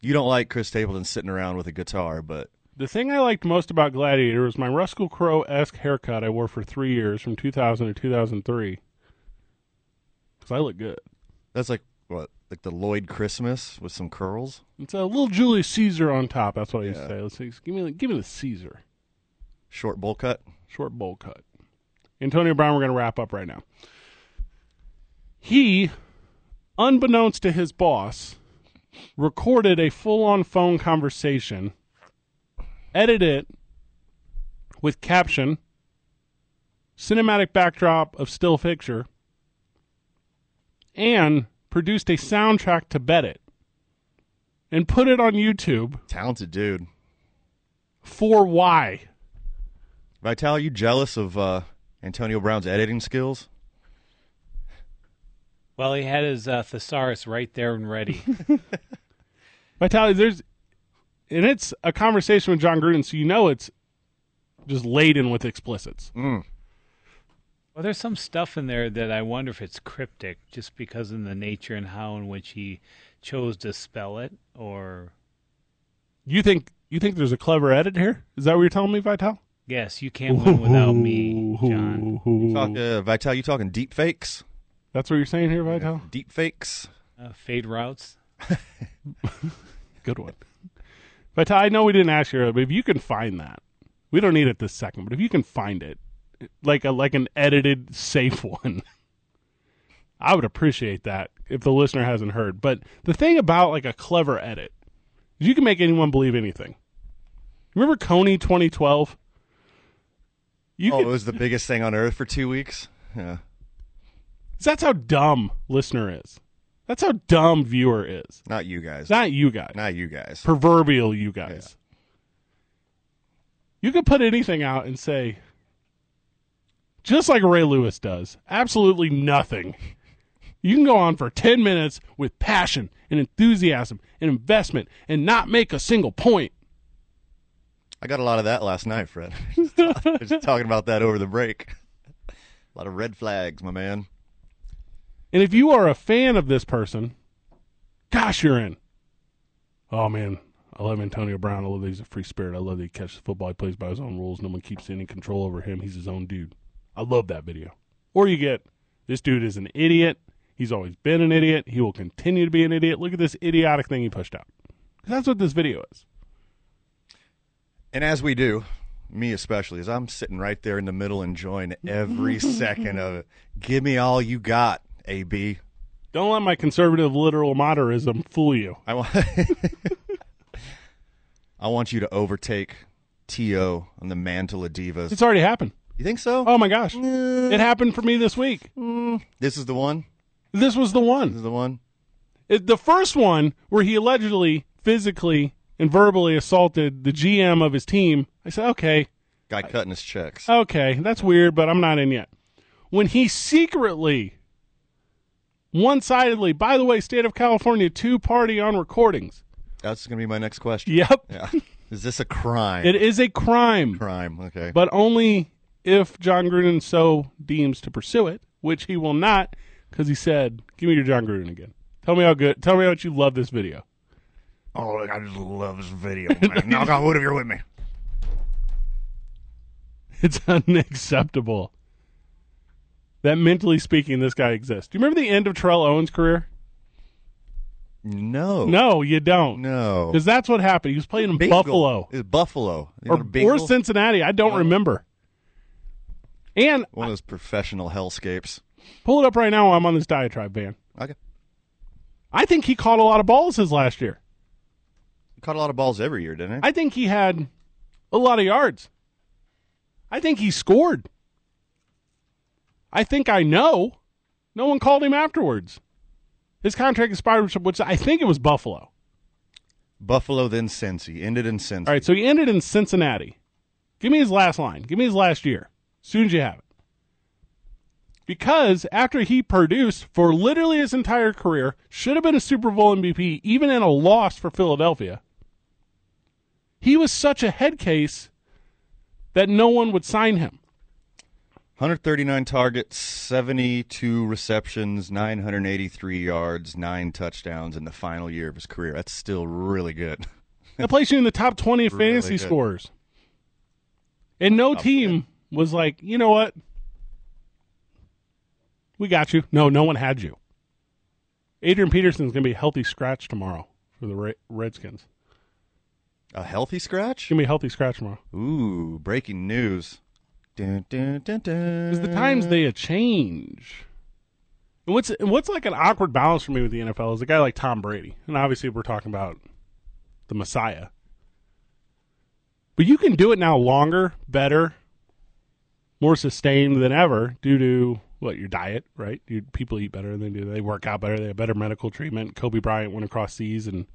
Speaker 2: You don't like Chris Stapleton sitting around with a guitar, but
Speaker 1: The thing I liked most about Gladiator was my Russell Crowe esque haircut I wore for three years from 2000 to 2003. Because I look good.
Speaker 2: that's like what, like the Lloyd Christmas with some curls.
Speaker 1: It's a little Julius Caesar on top. That's what I used to
Speaker 2: Yeah.
Speaker 1: say. Let's see, give me, the- give me the Caesar.
Speaker 2: Short bowl cut.
Speaker 1: Short bowl cut. Antonio Brown, we're going to wrap up right now. He, unbeknownst to his boss, recorded a full on phone conversation, edited it with caption, cinematic backdrop of still picture, and produced a soundtrack to bet it and put it on YouTube
Speaker 2: Talented dude.
Speaker 1: for why?
Speaker 2: Vital, are you jealous of uh, Antonio Brown's editing skills?
Speaker 3: Well, he had his uh, thesaurus right there and ready.
Speaker 1: Vitality, there's, and it's a conversation with John Gruden, so you know it's just laden with explicits.
Speaker 2: Mm.
Speaker 3: well, there's some stuff in there that I wonder if it's cryptic, just because in the nature and how in which he chose to spell it, or
Speaker 1: You think you think there's a clever edit here? Is that what you're telling me, Vital?
Speaker 3: yes, you can't win without me, John.
Speaker 2: Talk, uh, Vital, you talking deep fakes?
Speaker 1: That's what you're saying here, Vital.
Speaker 2: Deep fakes?
Speaker 3: Uh, fade routes.
Speaker 1: Good one, Vital. I know we didn't ask you, but if you can find that, we don't need it this second. But if you can find it, like a like an edited safe one. I would appreciate that if the listener hasn't heard. But the thing about like a clever edit is you can make anyone believe anything. Remember Coney 2012? You
Speaker 2: Oh, it
Speaker 1: could-
Speaker 2: was the biggest thing on earth for two weeks. Yeah.
Speaker 1: that's how dumb listener is. That's how dumb viewer is.
Speaker 2: Not you guys.
Speaker 1: It's not you guys.
Speaker 2: Not you guys.
Speaker 1: Proverbial you guys. You could put anything out and say, just like Ray Lewis does, absolutely nothing. You can go on for 10 minutes with passion and enthusiasm and investment and not make a single point.
Speaker 2: I got a lot of that last night, Fred. I was talking about that over the break. A lot of red flags, my man.
Speaker 1: And if you are a fan of this person, gosh, you're in. Oh man, I love Antonio Brown. I love that he's a free spirit. I love that he catches the football. He plays by his own rules. No one keeps any control over him. He's his own dude. I love that video. Or you get this dude is an idiot. He's always been an idiot. He will continue to be an idiot. Look at this idiotic thing he pushed out. 'Cause That's what this video is.
Speaker 2: And as we do, me especially, as I'm sitting right there in the middle enjoying every second of it. Give me all you got, AB.
Speaker 1: Don't let my conservative literal modernism fool you.
Speaker 2: I want I want you to overtake T.O. on the mantle of divas.
Speaker 1: It's already happened.
Speaker 2: You think so?
Speaker 1: Oh my gosh. It happened for me this week.
Speaker 2: This is the one?
Speaker 1: This was the one.
Speaker 2: This is the one?
Speaker 1: It, the first one where he allegedly physically and verbally assaulted the GM of his team, I said, okay,
Speaker 2: Guy cutting his checks.
Speaker 1: okay, that's weird, but I'm not in yet. When he secretly, one sidedly, by the way, state of California, two party on recordings.
Speaker 2: That's going to be my next question.
Speaker 1: Yep.
Speaker 2: Yeah. Is this a crime?
Speaker 1: It is a crime,
Speaker 2: crime. Okay.
Speaker 1: but only if John Gruden so deems to pursue it, which he will not, because he said, give me your John Gruden again. Tell me how good, tell me how much you love this video.
Speaker 2: Oh, I just love this video, man. Knock on wood if you're with me.
Speaker 1: It's unacceptable. That mentally speaking, this guy exists. Do you remember the end of Terrell Owens' career?
Speaker 2: No.
Speaker 1: No, you don't.
Speaker 2: No.
Speaker 1: Because that's what happened. He was playing in
Speaker 2: Bingle.
Speaker 1: Buffalo
Speaker 2: It's Buffalo. You
Speaker 1: or,
Speaker 2: know Bingle?
Speaker 1: or Cincinnati. I don't remember. And
Speaker 2: One of those professional hellscapes.
Speaker 1: pull it up right now while I'm on this diatribe, Van.
Speaker 2: Okay.
Speaker 1: I think he caught a lot of balls his last year.
Speaker 2: Caught a lot of balls every year, didn't he?
Speaker 1: I think he had a lot of yards. I think he scored. I think I know. No one called him afterwards. His contract expired, which I think it was Buffalo.
Speaker 2: Buffalo, then Cincy. Ended in Cincy.
Speaker 1: All right, so he ended in Cincinnati. Give me his last line. Give me his last year. As soon as you have it. Because after he produced for literally his entire career, should have been a Super Bowl MVP, even in a loss for Philadelphia, he was such a head case that no one would sign him.
Speaker 2: 139 targets, 72 receptions, 983 yards, nine touchdowns in the final year of his career. That's still really good.
Speaker 1: That placed you in the top 20 of
Speaker 2: Really
Speaker 1: fantasy
Speaker 2: good.
Speaker 1: scorers. And no team was like, you know what? We got you. No, no one had you. Adrian Peterson's going to be a healthy scratch tomorrow for the Re- Redskins.
Speaker 2: A healthy scratch?
Speaker 1: Going to be a healthy scratch tomorrow.
Speaker 2: Ooh, breaking news. Dun, dun, dun, dun.
Speaker 1: Because the times they a change. And what's and what's like an awkward balance for me with the NFL is a guy like Tom Brady, and obviously we're talking about the Messiah. But you can do it now longer, better, more sustained than ever due to what your diet, right? You, people eat better than they do. They work out better. They have better medical treatment. Kobe Bryant went across seas and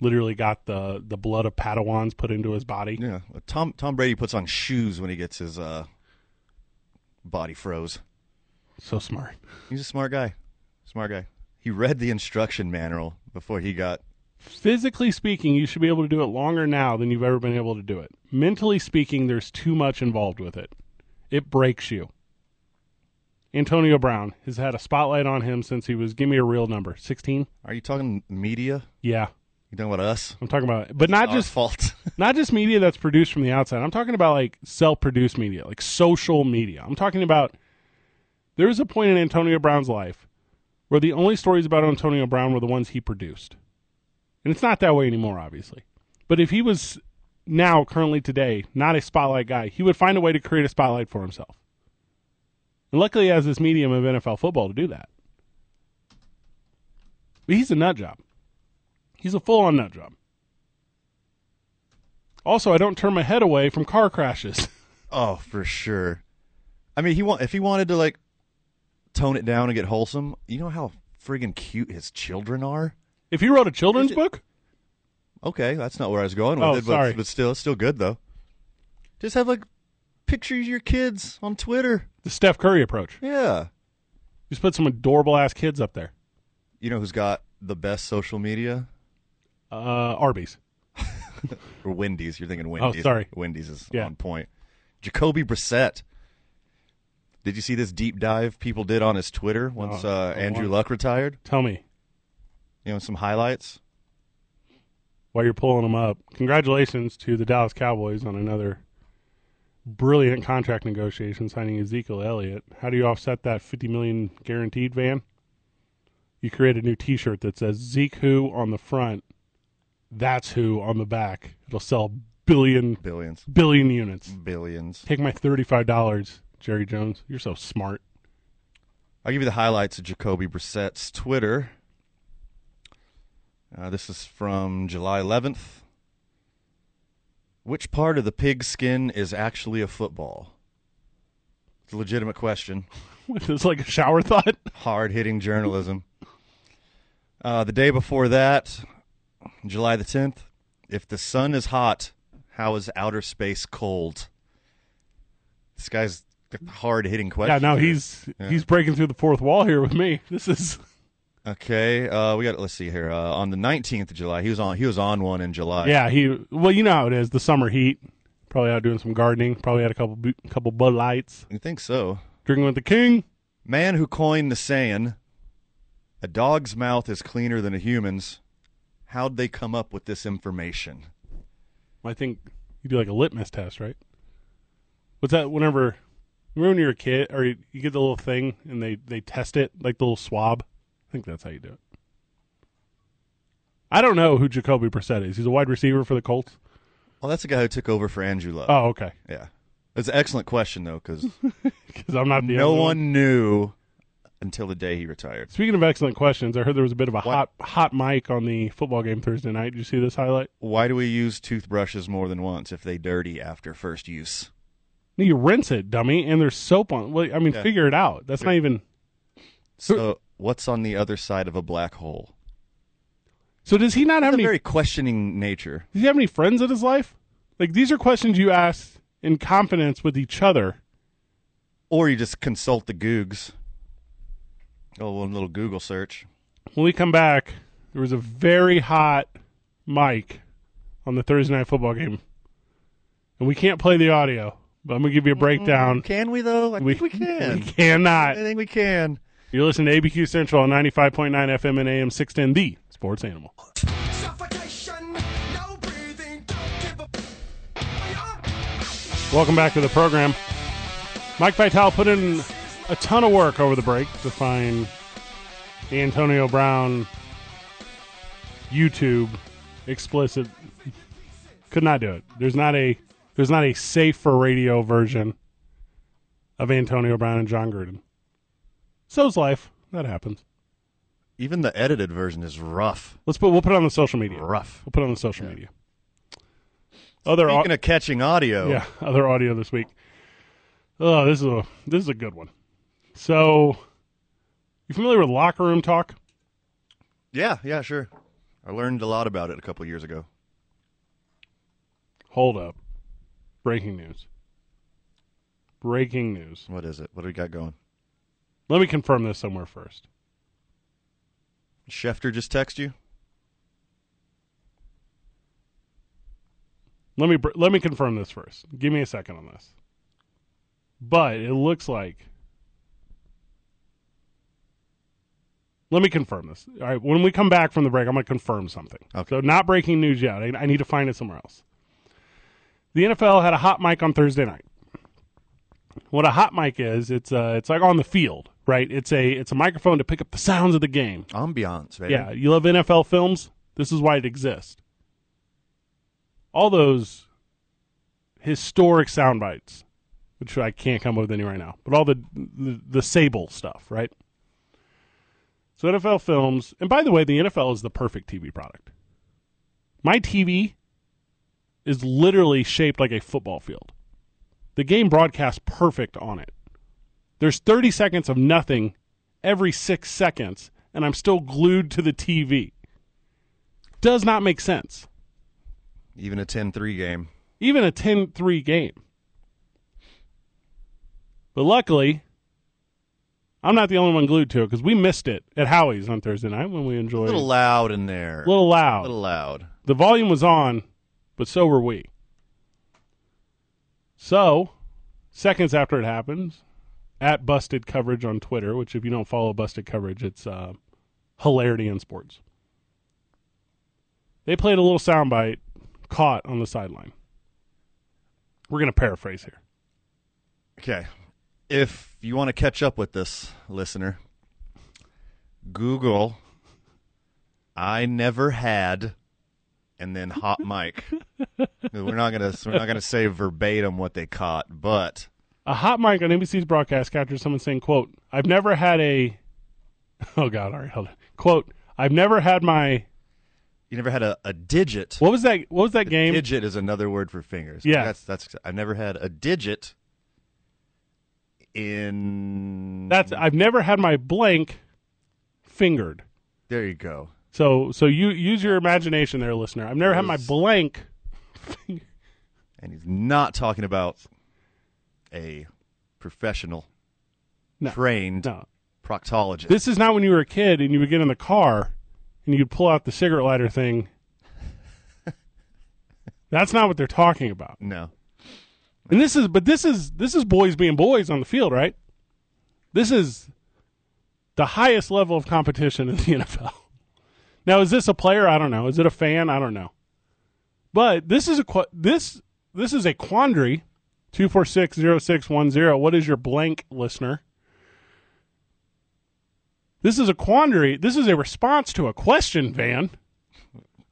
Speaker 1: literally got the the blood of Padawans put into his body.
Speaker 2: Yeah, uh, Tom Tom Brady puts on shoes when he gets his uh, body froze.
Speaker 1: So smart.
Speaker 2: He's a smart guy. Smart guy. He read the instruction manual before he got.
Speaker 1: physically speaking, you should be able to do it longer now than you've ever been able to do it. Mentally speaking, there's too much involved with it. It breaks you. Antonio Brown has had a spotlight on him since he was give me a real number, 16?
Speaker 2: Are you talking media?
Speaker 1: Yeah,
Speaker 2: You talking about us?
Speaker 1: I'm talking about but not
Speaker 2: Our
Speaker 1: just
Speaker 2: fault.
Speaker 1: not just media that's produced from the outside. I'm talking about like self-produced media, like social media. I'm talking about there was a point in Antonio Brown's life where the only stories about Antonio Brown were the ones he produced. And it's not that way anymore, obviously. But if he was now, currently today, not a spotlight guy, he would find a way to create a spotlight for himself. And luckily, he has this medium of NFL football to do that. But he's a nut job. He's a full on nut job. Also, I don't turn my head away from car crashes.
Speaker 2: oh, for sure. I mean, he want if he wanted to like tone it down and get wholesome. You know how friggin' cute his children are.
Speaker 1: If he wrote a children's
Speaker 2: Is it-
Speaker 1: book,
Speaker 2: Okay, that's not where I was going with
Speaker 1: Oh,
Speaker 2: it, but,
Speaker 1: sorry.
Speaker 2: but still, it's still good though. Just have like pictures of your kids on Twitter.
Speaker 1: the Steph Curry approach.
Speaker 2: Yeah.
Speaker 1: Just put some adorable ass kids up there.
Speaker 2: You know who's got the best social media?
Speaker 1: Uh, Arby's.
Speaker 2: Or Wendy's. You're thinking Wendy's.
Speaker 1: Oh, sorry.
Speaker 2: Wendy's is
Speaker 1: Yeah.
Speaker 2: on point. Jacoby Brissett. Did you see this deep dive people did on his Twitter once
Speaker 1: No,
Speaker 2: uh,
Speaker 1: Oh, I
Speaker 2: Andrew
Speaker 1: want-
Speaker 2: Luck retired?
Speaker 1: Tell me
Speaker 2: You know, some highlights.
Speaker 1: while you're pulling them up. Congratulations to the Dallas Cowboys on another brilliant contract negotiation signing Ezekiel Elliott. How do you offset that 50 million guaranteed van? You create a new T-shirt that says Zeke who on the front, that's who on the back. It'll sell billion
Speaker 2: Billions.
Speaker 1: billion units.
Speaker 2: Billions.
Speaker 1: Take my thirty-five dollars, Jerry Jones. You're so smart.
Speaker 2: I'll give you the highlights of Jacoby Brissett's Twitter. Uh, this is from July 11th. Which part of the pig skin is actually a football? It's a legitimate question.
Speaker 1: it's like a shower thought.
Speaker 2: Hard hitting journalism. Uh, the day before that, July the 10th, if the sun is hot, how is outer space cold? This guy's hard hitting question.
Speaker 1: Yeah, no, he's
Speaker 2: Yeah.
Speaker 1: he's breaking through the fourth wall here with me. This is
Speaker 2: Okay, uh, we got. Let's see here. Uh, on the nineteenth of July, he was on. He was on one in July.
Speaker 1: yeah. He well, you know how it is. The summer heat. Probably out doing some gardening. Probably had a couple bu- couple Bud Lights.
Speaker 2: you think so?
Speaker 1: Drinking with the king.
Speaker 2: Man who coined the saying, "A dog's mouth is cleaner than a human's." How'd they come up with this information?
Speaker 1: I think you do like a litmus test, right? What's that? Whenever remember when you're a kid, or you, you get the little thing and they they test it, like the little swab. I think that's how you do it. I don't know who Jacoby Brissett is. He's a wide receiver for the Colts.
Speaker 2: Well, that's the guy who took over for Andrew Luck.
Speaker 1: Oh, okay.
Speaker 2: Yeah, that's an excellent question though, because
Speaker 1: Because I'm not the
Speaker 2: no
Speaker 1: only
Speaker 2: one knew until the day he retired.
Speaker 1: Speaking of excellent questions, I heard there was a bit of a hot hot mic on the football game Thursday night. Did you see this highlight?
Speaker 2: Why do we use toothbrushes more than once if they dirty after first use?
Speaker 1: No, you rinse it, dummy, and there's soap on. Well, I mean,
Speaker 2: Yeah.
Speaker 1: figure it out. That's not even.
Speaker 2: So, what's on the other side of a black hole?
Speaker 1: So does he not have
Speaker 2: It's
Speaker 1: any?
Speaker 2: a very questioning nature.
Speaker 1: Does he have any friends in his life? Like these are questions you ask in confidence with each other.
Speaker 2: Or you just consult the Googs. Oh, one little Google search.
Speaker 1: When we come back, there was a very hot mic on the Thursday night football game, and we can't play the audio. But I'm gonna give you a breakdown.
Speaker 2: Can we though? I think we can.
Speaker 1: We cannot.
Speaker 2: I think we can.
Speaker 1: You're listening to ABQ Central on 95.9 FM and AM 610, the sports animal.
Speaker 4: Suffocation, no breathing, don't give a.
Speaker 1: Welcome back to the program. Mike Vital put in a ton of work over the break to find the Antonio Brown YouTube explicit. Could not do it. There's not a there's not a safe for radio version of Antonio Brown and John Gruden. So's life. That happens.
Speaker 2: Even the edited version is rough.
Speaker 1: Let's put we'll put it on the social media.
Speaker 2: Rough.
Speaker 1: We'll put it on the social media. Other au-
Speaker 2: Speaking of catching audio,
Speaker 1: yeah, other audio this week. Oh, this is a this is a good one. So, you familiar with locker room talk?
Speaker 2: yeah, yeah, sure. I learned a lot about it a couple years ago.
Speaker 1: Hold up, breaking news. Breaking news.
Speaker 2: What is it? What do we got going?
Speaker 1: Let me confirm this somewhere first.
Speaker 2: Schefter just text you.
Speaker 1: Let me br- let me confirm this first. Give me a second on this. But it looks like. Let me confirm this. All right, when we come back from the break, I'm going to confirm something.
Speaker 2: Okay.
Speaker 1: So, not breaking news yet. I, I need to find it somewhere else. The NFL had a hot mic on Thursday night. What a hot mic is, it's uh, it's like on the field, right? It's a it's a microphone to pick up the sounds of the game.
Speaker 2: Ambiance, baby.
Speaker 1: Yeah, you love NFL films. This is why it exists. All those historic sound bites, which I can't come up with any right now, but all the the, the Sable stuff, right? So NFL films, and by the way, the NFL is the perfect TV product. My TV is literally shaped like a football field. The game broadcasts perfect on it. There's 30 seconds of nothing every six seconds, and I'm still glued to the TV. Does not make sense.
Speaker 2: Even a 10-3 game.
Speaker 1: Even a 10 3 game. But luckily, I'm not the only one glued to it because we missed it at Howie's on Thursday night when we
Speaker 2: A
Speaker 1: enjoyed
Speaker 2: little loud in there.
Speaker 1: little loud.
Speaker 2: little loud.
Speaker 1: The volume was on, but so were we. So, seconds after it happens, at Busted Coverage on Twitter, which if you don't follow Busted Coverage, it's uh, hilarity in sports. They played a little soundbite caught on the sideline. We're going to paraphrase here.
Speaker 2: Okay. If you want to catch up with this, listener, Google I never had and then hot mic. we're not gonna we're not gonna say verbatim what they caught, but
Speaker 1: A hot mic on NBC's broadcast captured someone saying, quote, I've never had a, oh God, all right, hold on. Quote, I've never had my,
Speaker 2: you never had a, a digit.
Speaker 1: what was that, what was that
Speaker 2: A
Speaker 1: game?
Speaker 2: Digit is another word for fingers.
Speaker 1: Yeah.
Speaker 2: That's that's I've never had a digit in
Speaker 1: That's I've never had my blank fingered.
Speaker 2: there you go.
Speaker 1: So so you use your imagination there, listener. I've never had my
Speaker 2: Yes.
Speaker 1: blank.
Speaker 2: And he's not talking about a professional
Speaker 1: No.
Speaker 2: trained
Speaker 1: No,
Speaker 2: proctologist.
Speaker 1: this is not when you were a kid and you would get in the car and you'd pull out the cigarette lighter thing. That's not what they're talking about.
Speaker 2: no.
Speaker 1: And this is but this is this is boys being boys on the field, right? This is the highest level of competition in the NFL. Now, is this a player? I don't know. Is it a fan? I don't know. But this is a qu- this this is a quandary. Two four six zero six one zero. What is your blank, listener? This is a quandary. This is a response to a question, Van.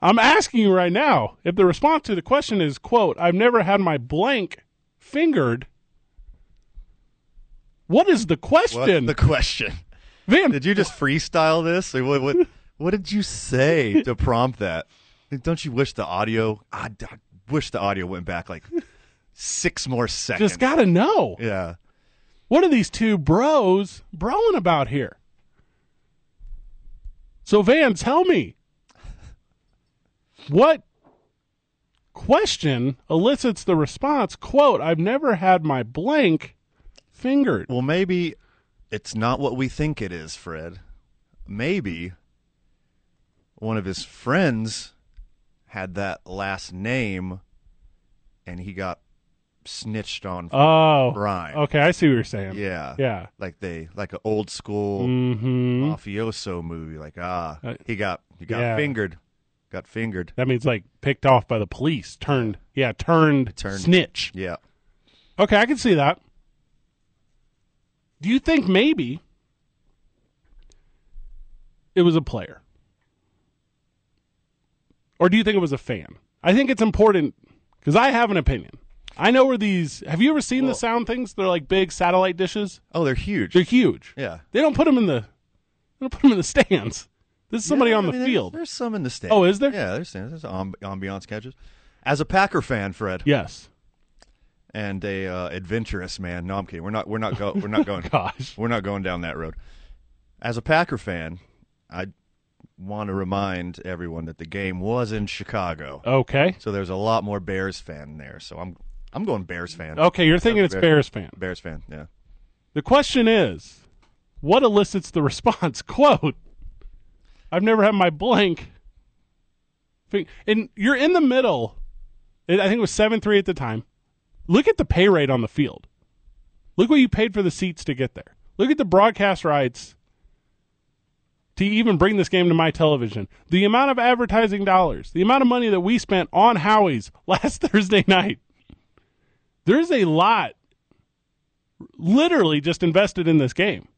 Speaker 1: I'm asking you right now if the response to the question is quote I've never had my blank fingered. What is the
Speaker 2: What's
Speaker 1: question,
Speaker 2: the question?
Speaker 1: Van?
Speaker 2: Did you just freestyle this? Like, what, what, what did you say to prompt that? Don't you wish the audio? I, I wish the audio went back like six more seconds.
Speaker 1: just gotta know.
Speaker 2: yeah.
Speaker 1: What are these two bros broing about here? So, Van, tell me what question elicits the response, quote, I've never had my blank fingered.
Speaker 2: Well, maybe it's not what we think it is, Fred. Maybe one of his friends had that last name and he got snitched on for
Speaker 1: Oh,
Speaker 2: Brian.
Speaker 1: okay. I see what you're saying.
Speaker 2: Yeah.
Speaker 1: Yeah.
Speaker 2: Like they like an old school Uh,
Speaker 1: hmm
Speaker 2: mafioso movie like ah
Speaker 1: Uh,
Speaker 2: he got he got
Speaker 1: yeah.
Speaker 2: fingered. Got fingered.
Speaker 1: That means like picked off by the police, turned, yeah, turned,
Speaker 2: Turned.
Speaker 1: snitch.
Speaker 2: Yeah.
Speaker 1: Okay, I can see that. Do you think maybe it was a player? Or do you think it was a fan? I think it's important because I have an opinion. I know where these. Have you ever seen
Speaker 2: Well-
Speaker 1: the sound things? They're like big satellite dishes.
Speaker 2: Oh, they're huge.
Speaker 1: They're huge.
Speaker 2: yeah.
Speaker 1: They don't put them in the. They don't put them in the stands. This is somebody
Speaker 2: Yeah,
Speaker 1: on
Speaker 2: I
Speaker 1: the
Speaker 2: mean, there's-
Speaker 1: field.
Speaker 2: There's, some in the stands.
Speaker 1: Oh, is there?
Speaker 2: Yeah, there's there's amb- ambiance catches. As a Packer fan, Fred,
Speaker 1: Yes.
Speaker 2: and a uh, adventurous man. No, I'm kidding. We're not. We're not. Go, we're not going.
Speaker 1: Gosh.
Speaker 2: We're not going down that road. As a Packer fan, I want to remind everyone that the game was in Chicago,
Speaker 1: Okay.
Speaker 2: so there's a lot more Bears fan there. So I'm I'm going Bears fan.
Speaker 1: Okay. You're thinking it's Bears fan.
Speaker 2: Bears fan. Yeah.
Speaker 1: The question is, what elicits the response? Quote, I've never had my blank. Thing. And you're in the middle. It- I think it was 7 3 at the time. Look at the pay rate on the field. Look what you paid for the seats to get there. Look at the broadcast rights to even bring this game to my television. The amount of advertising dollars, the amount of money that we spent on Howie's last Thursday night. There's a lot literally just invested in this game.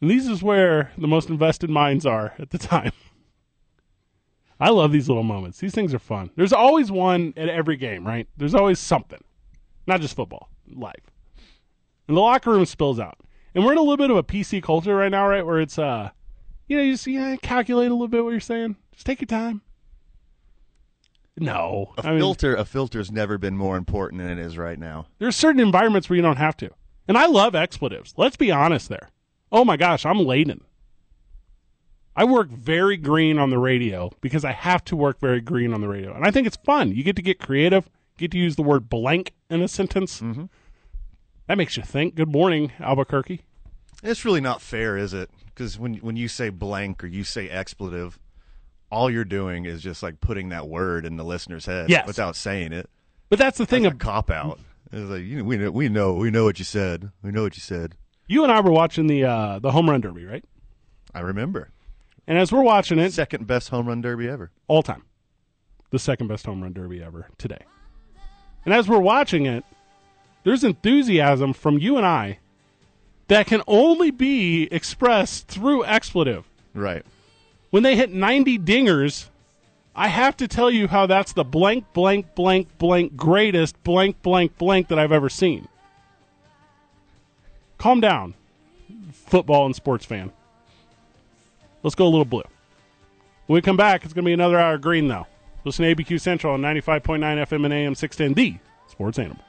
Speaker 1: And these is where the most invested minds are at the time. I love these little moments. These things are fun. There's always one at every game, right? There's always something. Not just football, life. And the locker room spills out. And we're in a little bit of a PC culture right now, right? Where it's uh you know, you just yeah, calculate a little bit what you're saying. Just take your time. No.
Speaker 2: A
Speaker 1: I mean-
Speaker 2: filter. A filter's never been more important than it is right now.
Speaker 1: there's certain environments where you don't have to. And I love expletives. Let's be honest there. Oh my gosh, I'm laden. I work very green on the radio because I have to work very green on the radio. And I think it's fun. You get to get creative, get to use the word blank in a sentence. That makes you think. Good morning, Albuquerque.
Speaker 2: It's really not fair, is it? Because when when you say blank or you say expletive, all you're doing is just like putting that word in the listener's head
Speaker 1: Yes.
Speaker 2: without saying it.
Speaker 1: But that's the thing.
Speaker 2: It's a
Speaker 1: Of,
Speaker 2: cop out. It's like you know, we know, we know, we know what you said. We know what you said.
Speaker 1: you and I were watching the uh, the home run derby, right?
Speaker 2: I remember
Speaker 1: And as we're watching it,
Speaker 2: second best home run derby ever.
Speaker 1: all time. The second best home run derby ever today. And as we're watching it, there's enthusiasm from you and I that can only be expressed through expletive.
Speaker 2: Right.
Speaker 1: When they hit 90 dingers, I have to tell you how that's the blank, blank, blank, blank greatest blank, blank, blank that I've ever seen. Calm down, football and sports fan. Let's go a little blue. When we come back, it's going to be another hour of green, though. Listen to ABQ Central on 95.9 FM and AM 610D, Sports Animal.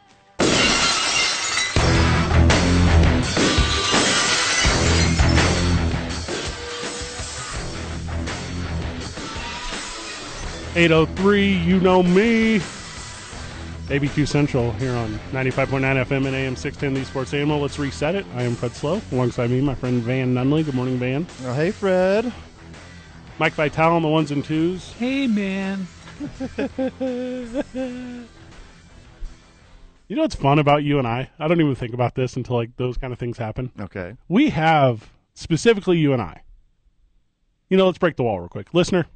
Speaker 1: Eight oh three, you know me. ABQ Central here on 95.9 FM and AM 610, the Sports Animal. Let's reset it. I am Fred Slow. Alongside me, my friend Van Nunley. Good morning, Van.
Speaker 2: Oh, hey, Fred.
Speaker 1: Mike Vitale on the ones and twos.
Speaker 3: Hey, man.
Speaker 1: You know what's fun about you and I? I don't even think about this until like those kind of things happen.
Speaker 2: Okay.
Speaker 1: We have specifically you and I. You know, let's break the wall real quick, listener.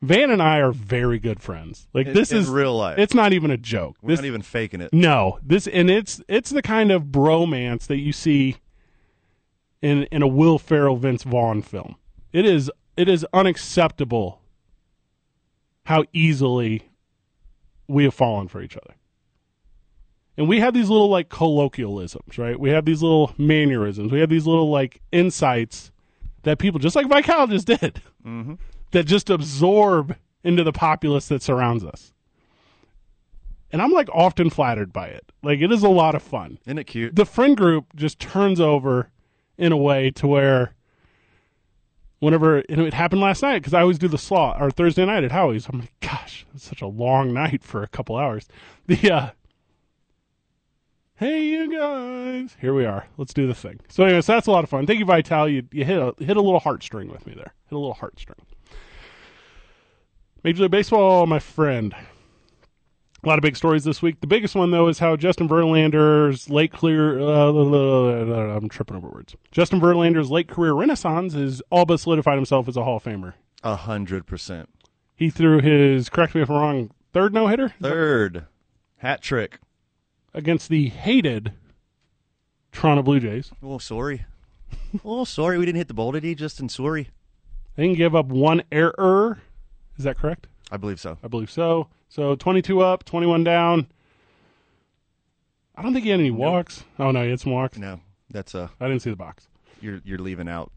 Speaker 1: Van and I are very good friends. Like
Speaker 2: In-
Speaker 1: this
Speaker 2: in
Speaker 1: is
Speaker 2: real life.
Speaker 1: It's not even a joke.
Speaker 2: We're
Speaker 1: This-
Speaker 2: not even faking it.
Speaker 1: No, this and it's it's the kind of bromance that you see in in a Will Ferrell Vince Vaughn film. It is it is unacceptable how easily we have fallen for each other. And we have these little like colloquialisms, right? We have these little mannerisms. We have these little like insights that people just like Vikal just did that just absorb into the populace that surrounds us. And I'm like often flattered by it. Like it is a lot of fun.
Speaker 2: Isn't it cute?
Speaker 1: The friend group just turns over in a way to where whenever and it happened last night because I always do the slot or Thursday night at Howie's. I'm like, gosh, it's such a long night for a couple hours. The uh Hey you guys, here we are. Let's do the thing. So, anyways, that's a lot of fun. Thank you, Vital. You, you hit a hit a little heartstring with me there. Hit a little heartstring. Major League Baseball, my friend. A lot of big stories this week. The biggest one, though, is how Justin Verlander's late clear. Uh, I'm tripping over words. Justin Verlander's late career renaissance is all but solidified himself as a Hall of Famer.
Speaker 2: A hundred percent.
Speaker 1: He threw his, correct me if I'm wrong, third no hitter
Speaker 2: Third hat trick.
Speaker 1: against the hated Toronto Blue Jays.
Speaker 2: Oh, sorry. oh, sorry. We didn't hit the ball, did he? Justin, sorry.
Speaker 1: They didn't give up one error. Is that correct?
Speaker 2: I believe so.
Speaker 1: I believe so. So 22 up, 21 down. I don't think he had any walks. Oh, no, he had some walks.
Speaker 2: No, that's a
Speaker 1: I didn't see the box.
Speaker 2: you're you're leaving out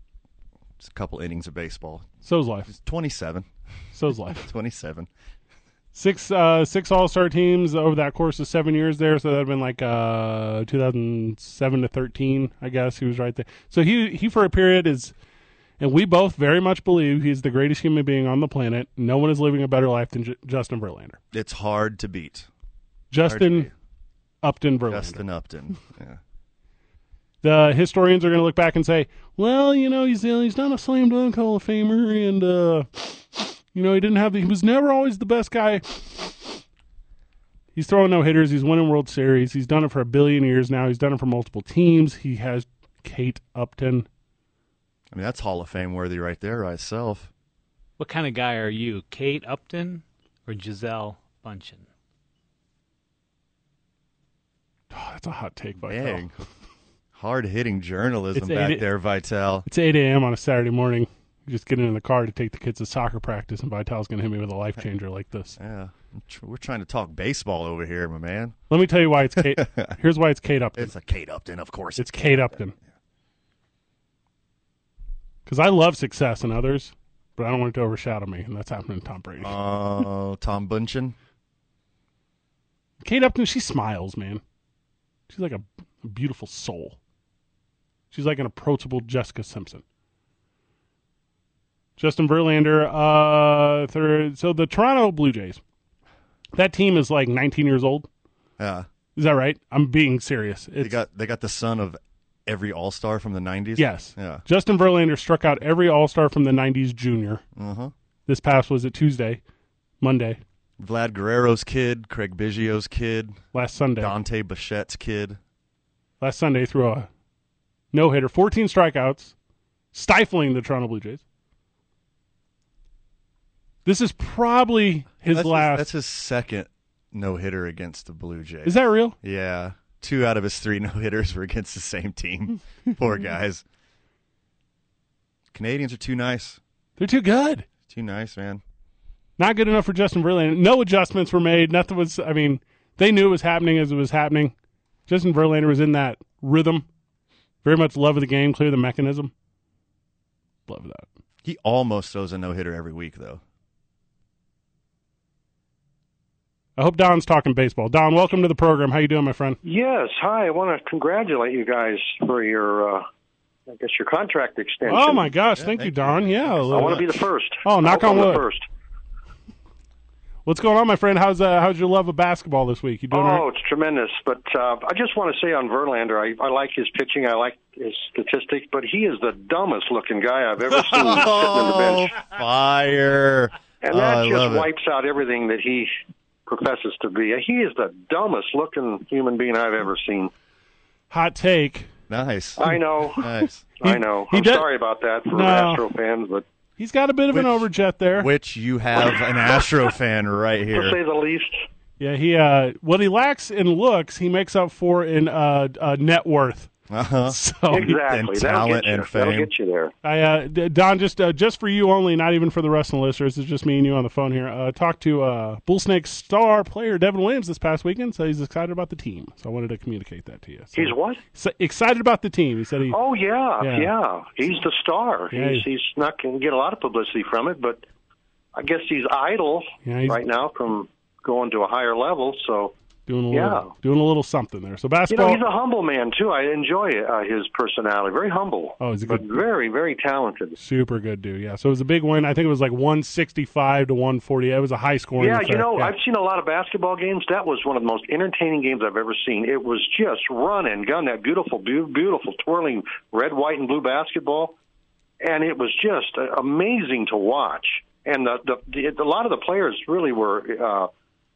Speaker 2: just a couple innings of baseball.
Speaker 1: So's life.
Speaker 2: It's 27,
Speaker 1: So's life.
Speaker 2: 27.
Speaker 1: Six uh, six All Star teams over that course of seven years there. So that'd been like uh, 2007 to 13, I guess. He was right there. So he he for a period is, and we both very much believe he's the greatest human being on the planet. No one is living a better life than J- Justin Verlander.
Speaker 2: It's hard to beat.
Speaker 1: Justin
Speaker 2: beat.
Speaker 1: Upton Verlander.
Speaker 2: Justin Upton. Yeah.
Speaker 1: the historians are going to look back and say, well, you know, he's he's not a slam dunk Hall of Famer, and uh, you know, he didn't have the, he was never always the best guy. He's throwing no hitters. He's winning World Series. He's done it for a billion years now. He's done it for multiple teams. He has Kate Upton.
Speaker 2: I mean, that's Hall of Fame worthy right there by itself.
Speaker 3: What kind of guy are you, Kate Upton or Giselle Bundchen?
Speaker 1: Oh, that's a hot take, Vital.
Speaker 2: Dang. Hard hitting journalism
Speaker 1: It's a-
Speaker 2: back
Speaker 1: it-
Speaker 2: there, Vital.
Speaker 1: It's 8 a.m. on a Saturday morning. I'm just getting in the car to take the kids to soccer practice, and Vital's going to hit me with a life changer like this.
Speaker 2: Yeah. I'm tr- We're trying to talk baseball over here, my man.
Speaker 1: Let me tell you why it's Kate. Here's why it's Kate Upton.
Speaker 2: It's a Kate Upton, of course.
Speaker 1: It's Kate Upton. Because I love success in others, but I don't want it to overshadow me, and that's happening to Tom Brady.
Speaker 2: Oh, Tom Bunchen.
Speaker 1: Kate Upton, she smiles, man. She's like a, a beautiful soul. She's like an approachable Jessica Simpson. Justin Verlander. Uh, third, so the Toronto Blue Jays. That team is like 19 years old.
Speaker 2: Yeah,
Speaker 1: Is that right? I'm being serious.
Speaker 2: they
Speaker 1: It's,
Speaker 2: got they got the son of every All Star from the '90s.
Speaker 1: yes.
Speaker 2: Yeah.
Speaker 1: Justin Verlander struck out every All Star from the 90s junior.
Speaker 2: Uh huh.
Speaker 1: This past was it Tuesday, Monday,
Speaker 2: Vlad Guerrero's kid, Craig Biggio's kid,
Speaker 1: last Sunday.
Speaker 2: Dante Bichette's kid.
Speaker 1: Last Sunday threw a no hitter, 14 strikeouts, stifling the Toronto Blue Jays. This is probably his
Speaker 2: that's
Speaker 1: last.
Speaker 2: that's his second no hitter against the Blue Jays.
Speaker 1: is that real?
Speaker 2: Yeah. Two out of his three no hitters were against the same team. Poor guys. Canadians are too nice.
Speaker 1: They're too good.
Speaker 2: Too nice, man.
Speaker 1: Not good enough for Justin Verlander. No adjustments were made. Nothing was. I mean, they knew it was happening as it was happening. Justin Verlander was in that rhythm. Very much love of the game, clear the mechanism. Love that.
Speaker 2: He almost throws a no hitter every week, though.
Speaker 1: I hope Don's talking baseball. Don, welcome to the program. How you doing, my friend?
Speaker 5: Yes. Hi. I want to congratulate you guys for your, uh, I guess, your contract extension.
Speaker 1: Oh my gosh,
Speaker 2: Yeah,
Speaker 1: thank, you,
Speaker 2: thank
Speaker 1: Don.
Speaker 2: you.
Speaker 1: Yeah,
Speaker 2: I
Speaker 5: I want
Speaker 2: wanna
Speaker 5: to be the first.
Speaker 1: Oh,
Speaker 5: I
Speaker 1: knock
Speaker 5: hope
Speaker 1: on
Speaker 5: I'm
Speaker 1: wood.
Speaker 5: The first.
Speaker 1: What's going on, my friend? How's uh, how's your love of basketball this week? You doing all
Speaker 5: Oh,
Speaker 1: right?
Speaker 5: it's tremendous. But uh, I just want to say on Verlander, I, I like his pitching. I like his statistics, but he is the dumbest looking guy I've ever seen sitting on the
Speaker 2: Oh,
Speaker 5: bench.
Speaker 2: fire.
Speaker 5: And
Speaker 2: Oh,
Speaker 5: that
Speaker 2: I love
Speaker 5: just
Speaker 2: it.
Speaker 5: wipes out everything that he professes to be. He is the dumbest looking human being I've ever seen.
Speaker 1: Hot take.
Speaker 2: Nice.
Speaker 5: I know.
Speaker 2: Nice.
Speaker 5: I know.
Speaker 1: he
Speaker 5: I'm
Speaker 1: does-
Speaker 5: sorry about that for
Speaker 1: No.
Speaker 5: Astro fans, but
Speaker 1: He's got a bit of an
Speaker 2: Which-
Speaker 1: overjet there.
Speaker 2: Which you have an Astro fan right
Speaker 5: to say
Speaker 2: here.
Speaker 5: the least,
Speaker 1: Yeah, he uh, what he lacks in looks, he makes up for in uh, uh net worth.
Speaker 2: Uh-huh.
Speaker 1: So
Speaker 2: talent
Speaker 5: exactly. That'll get you.
Speaker 2: and
Speaker 5: That'll
Speaker 2: fame.
Speaker 5: get you there.
Speaker 1: I uh, D- Don just uh, just for you only, not even for the rest of the listeners. It's just me and you on the phone here. Uh, talked to uh, Bullsnake star player Devin Williams this past weekend, so he's excited about the team. So I wanted to communicate that to you. So-
Speaker 5: He's what?
Speaker 1: so excited about the team. He said he
Speaker 5: Oh yeah,
Speaker 1: Yeah.
Speaker 5: yeah. He's the star.
Speaker 1: Yeah,
Speaker 5: he's he's not going to get a lot of publicity from it, but I guess he's idle
Speaker 1: Yeah, he's-
Speaker 5: right now from going to a higher level. So
Speaker 1: doing a little
Speaker 5: yeah.
Speaker 1: doing a little something there. So
Speaker 5: you know,
Speaker 1: basketball.
Speaker 5: he's a humble man too. I enjoy uh, his personality. Very humble.
Speaker 1: Oh, he's a
Speaker 5: but
Speaker 1: good-
Speaker 5: very very talented.
Speaker 1: Super good dude, yeah. So it was a big win. I think it was like one sixty five to one forty. It was a high scoring.
Speaker 5: Yeah,
Speaker 1: affair.
Speaker 5: you know,
Speaker 1: yeah.
Speaker 5: I've seen a lot of basketball games. That was one of the most entertaining games I've ever seen. It was just run and gun, that beautiful, beau- beautiful twirling red, white, and blue basketball, and it was just uh, amazing to watch. And the, the, the a lot of the players really were uh,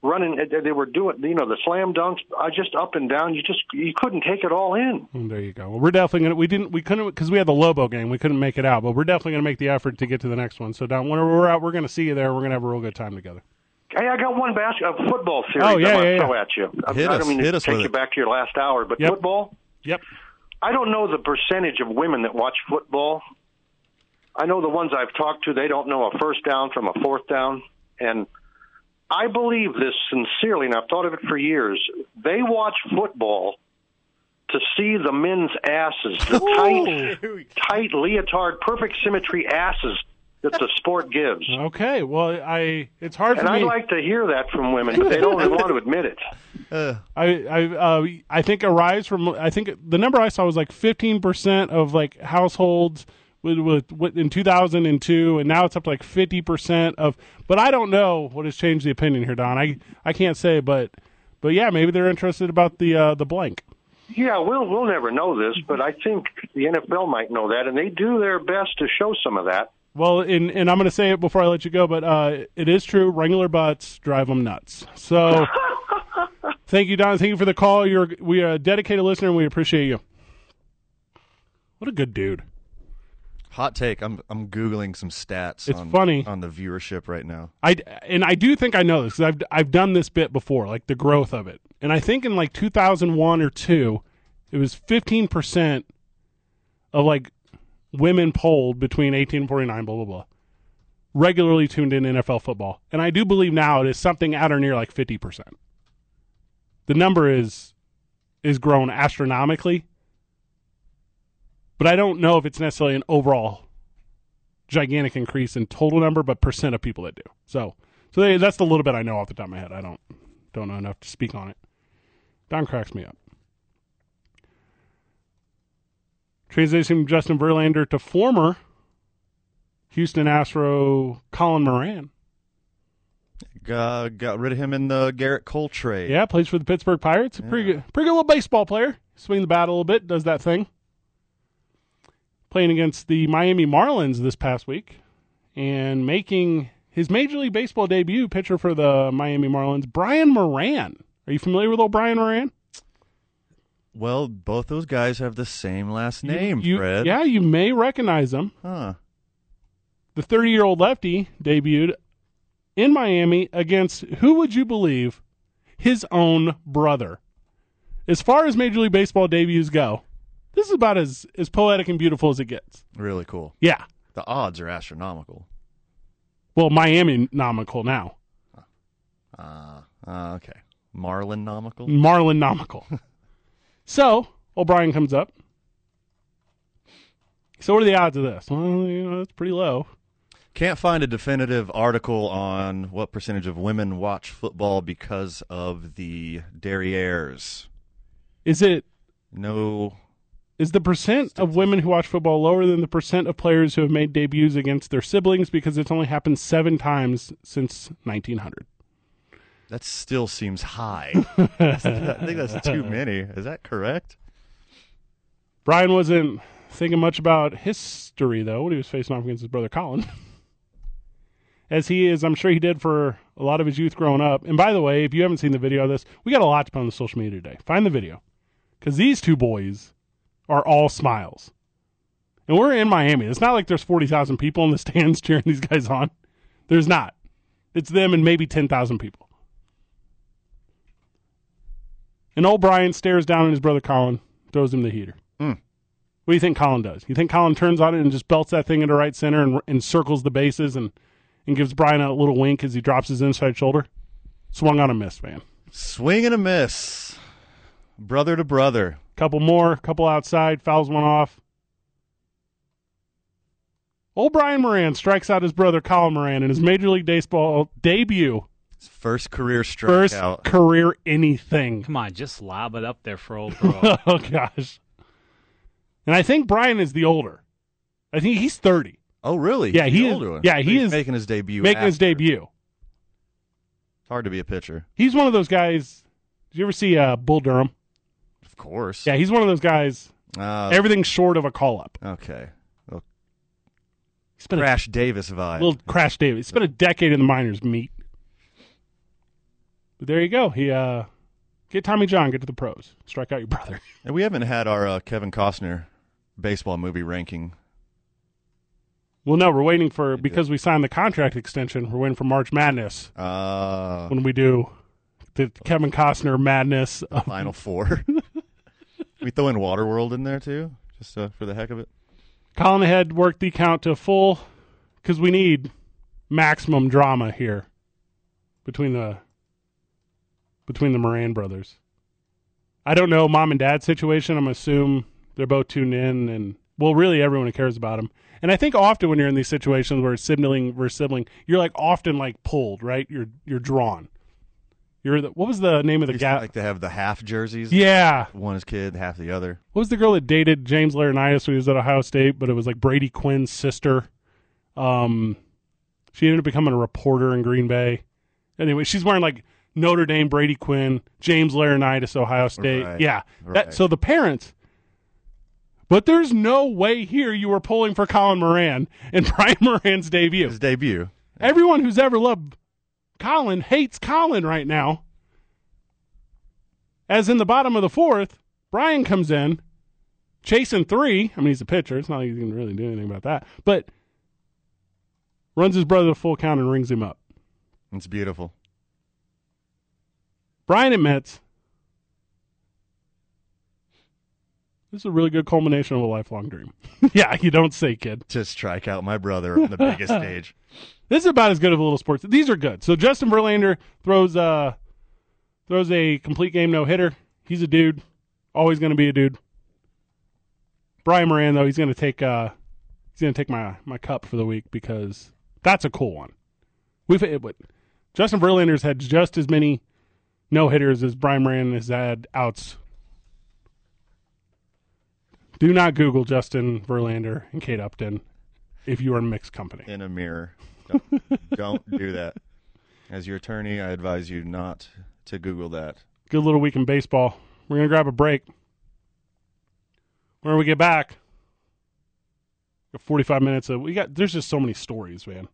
Speaker 5: running. they- They were doing, you know, the slam dunks, uh, just up and down. You just you couldn't take it all in.
Speaker 1: Mm, there you go. Well, we're definitely gonna. We didn't. We couldn't because we had the Lobo game. We couldn't make it out, but we're definitely gonna make the effort to get to the next one. So Don, whenever we're out, we're gonna see you there. We're gonna have a real good time together.
Speaker 5: Hey, I got one bas- uh, football series
Speaker 1: Oh, yeah,
Speaker 5: I want to
Speaker 1: yeah, yeah.
Speaker 5: throw at you. I-
Speaker 2: Hit
Speaker 5: I
Speaker 2: us,
Speaker 5: don't mean to
Speaker 2: hit us
Speaker 5: take
Speaker 2: with
Speaker 5: you
Speaker 2: it.
Speaker 5: back to your last hour, but
Speaker 1: Yep.
Speaker 5: football.
Speaker 1: Yep.
Speaker 5: I don't know the percentage of women that watch football. I know the ones I've talked to, they don't know a first down from a fourth down. And I believe this sincerely, and I've thought of it for years. They watch football to see the men's asses, the tight, tight leotard, perfect symmetry asses that the sport gives.
Speaker 1: Okay. Well, I. It's hard
Speaker 5: And
Speaker 1: for
Speaker 5: I'd
Speaker 1: me.
Speaker 5: like to hear that from women, but they don't want to admit it.
Speaker 1: I. I. Uh, I think it rise from. I think the number I saw was like fifteen percent of like households. With, with, with in 2002 and now it's up to like 50% of but i don't know what has changed the opinion here don i i can't say but but yeah maybe they're interested about the uh the blank
Speaker 5: Yeah, we'll we'll never know this, but I think the NFL might know that, and they do their best to show some of that.
Speaker 1: Well, and, and I'm going to say it before I let you go, but uh, it is true. Wrangler butts drive them nuts. So thank you, Don. Thank you for the call. You're we are a dedicated listener, and we appreciate you. What a good dude.
Speaker 2: Hot take. I'm I'm googling some stats.
Speaker 1: It's
Speaker 2: on,
Speaker 1: funny.
Speaker 2: on the viewership right now.
Speaker 1: I and I do think I know this 'cause I've I've done this bit before, like the growth of it. And I think in like 2001 or two, it was 15 percent of like women polled between 18 and 49, blah blah blah, regularly tuned in NFL football. And I do believe now it is something at or near like 50 percent. The number is is grown astronomically, but I don't know if it's necessarily an overall gigantic increase in total number, but percent of people that do. So, so they, that's the little bit I know off the top of my head. I don't don't know enough to speak on it. Don cracks me up. Transition from Justin Verlander to former Houston Astro Colin Moran.
Speaker 2: Uh, got rid of him in the Garrett Cole trade.
Speaker 1: Yeah, plays for the Pittsburgh Pirates. Pretty good, pretty good little baseball player. Swing the bat a little bit, does that thing. Playing against the Miami Marlins this past week, and making his Major League Baseball debut, pitcher for the Miami Marlins, Brian Moran. Are you familiar with old Brian Moran?
Speaker 2: Well, both those guys have the same last name,
Speaker 1: you,
Speaker 2: Fred.
Speaker 1: Yeah, you may recognize him.
Speaker 2: Huh.
Speaker 1: The 30 year old lefty debuted in Miami against who would you believe? His own brother. As far as Major League Baseball debuts go, this is about as, as poetic and beautiful as it gets.
Speaker 2: Really cool.
Speaker 1: Yeah.
Speaker 2: The odds are astronomical.
Speaker 1: Well, Miami nomical now,
Speaker 2: Uh, uh okay. Marlin
Speaker 1: Mm.
Speaker 2: nomical.
Speaker 1: Marlin nomical. so O'Brien comes up. So what are the odds of this? Well, you know, it's pretty low.
Speaker 2: Can't find a definitive article on what percentage of women watch football because of the derrieres.
Speaker 1: Is it
Speaker 2: No,
Speaker 1: Is the percent of women who watch football lower than the percent of players who have made debuts against their siblings because it's only happened seven times since 1900?
Speaker 2: that still seems high. I think that's too many. Is that correct?
Speaker 1: Brian wasn't thinking much about history, though, when he was facing off against his brother Colin. As he is, I'm sure he did for a lot of his youth growing up. And by the way, if you haven't seen the video of this, we got a lot to put on the social media today. Find the video. Because these two boys are all smiles. And we're in Miami. It's not like there's 40,000 people in the stands cheering these guys on. There's not. It's them and maybe 10,000 people. And old Brian stares down at his brother Colin, throws him the heater. What do you think Colin does? You think Colin turns on it and just belts that thing into right center and, and circles the bases and, and gives Brian a little wink as he drops his inside shoulder? Swung on a miss, man.
Speaker 2: Swing and a miss. Brother to brother.
Speaker 1: Couple more, couple outside, fouls one off. Old Brian Moran strikes out his brother Colin Moran in his Major League Baseball debut.
Speaker 2: His First career strikeout.
Speaker 1: First career anything.
Speaker 3: Come on, just lob it up there for old bro.
Speaker 1: oh, gosh. And I think Brian is the older. I think he's 30.
Speaker 2: Oh, really?
Speaker 1: Yeah, he
Speaker 2: The
Speaker 1: is-
Speaker 2: older one.
Speaker 1: yeah, he
Speaker 2: He's
Speaker 1: is
Speaker 2: making his debut.
Speaker 1: making his
Speaker 2: after.
Speaker 1: debut.
Speaker 2: It's hard to be a pitcher,
Speaker 1: He's one of those guys. Did you ever see uh, Bull Durham?
Speaker 2: of course.
Speaker 1: Yeah, he's one of those guys.
Speaker 2: Uh,
Speaker 1: Everything's short of a call up.
Speaker 2: okay. Well,
Speaker 1: He's been
Speaker 2: Crash Davis vibe.
Speaker 1: a little Crash Davis. He's been a decade in the minors meet. But there you go. He uh, get Tommy John, get to the pros, strike out your brother.
Speaker 2: and we haven't had our uh, Kevin Costner baseball movie ranking.
Speaker 1: Well, no, we're waiting for because we signed the contract extension. We're waiting for March Madness
Speaker 2: Uh,
Speaker 1: when we do the Kevin Costner madness. of-
Speaker 2: Final four. we throw in Waterworld in there too, just uh, for the heck of it.
Speaker 1: Colin had worked the count to full because we need maximum drama here between the between the Moran brothers. I don't know mom and dad situation. I'm assume they're both tuned in, and well, really everyone who cares about them. And I think often when you're in these situations where it's sibling versus sibling, you're like often like pulled, right? You're you're drawn. You're the, what was the name of the
Speaker 2: Used
Speaker 1: guy?
Speaker 2: to like to have the half jerseys.
Speaker 1: yeah,
Speaker 2: One is kid, half the other.
Speaker 1: what was the girl that dated James Laurinaitis when he was at Ohio State? But it was like Brady Quinn's sister. Um, she ended up becoming a reporter in Green Bay. Anyway, she's wearing like Notre Dame Brady Quinn, James Laurinaitis, Ohio State.
Speaker 2: Right.
Speaker 1: Yeah,
Speaker 2: Right.
Speaker 1: That, so the parents. But there's no way here you were pulling for Colin Moran and Brian Moran's debut.
Speaker 2: His debut.
Speaker 1: Everyone who's ever loved Colin hates Colin right now. As in the bottom of the fourth, Brian comes in, chasing three. I mean, he's a pitcher. It's not like he can really do anything about that. But runs his brother the full count and rings him up.
Speaker 2: It's beautiful.
Speaker 1: Brian admits this is a really good culmination of a lifelong dream. yeah, you don't say, kid.
Speaker 2: To strike out my brother on the biggest stage.
Speaker 1: This is about as good of a little sports. These are good. So Justin Verlander throws uh throws a complete game no hitter. He's a dude. Always going to be a dude. Brian Moran though, he's going to take uh he's going to take my my cup for the week because that's a cool one. We've it, but Justin Verlander's had just as many no hitters as Brian Moran has had outs. Do not Google Justin Verlander and Kate Upton if you are mixed company.
Speaker 2: in a mirror. Don't, don't do that. As your attorney, I advise you not to Google that.
Speaker 1: Good little week in baseball. We're going to grab a break. When we get back, got 45 minutes of, we got, there's just so many stories, man.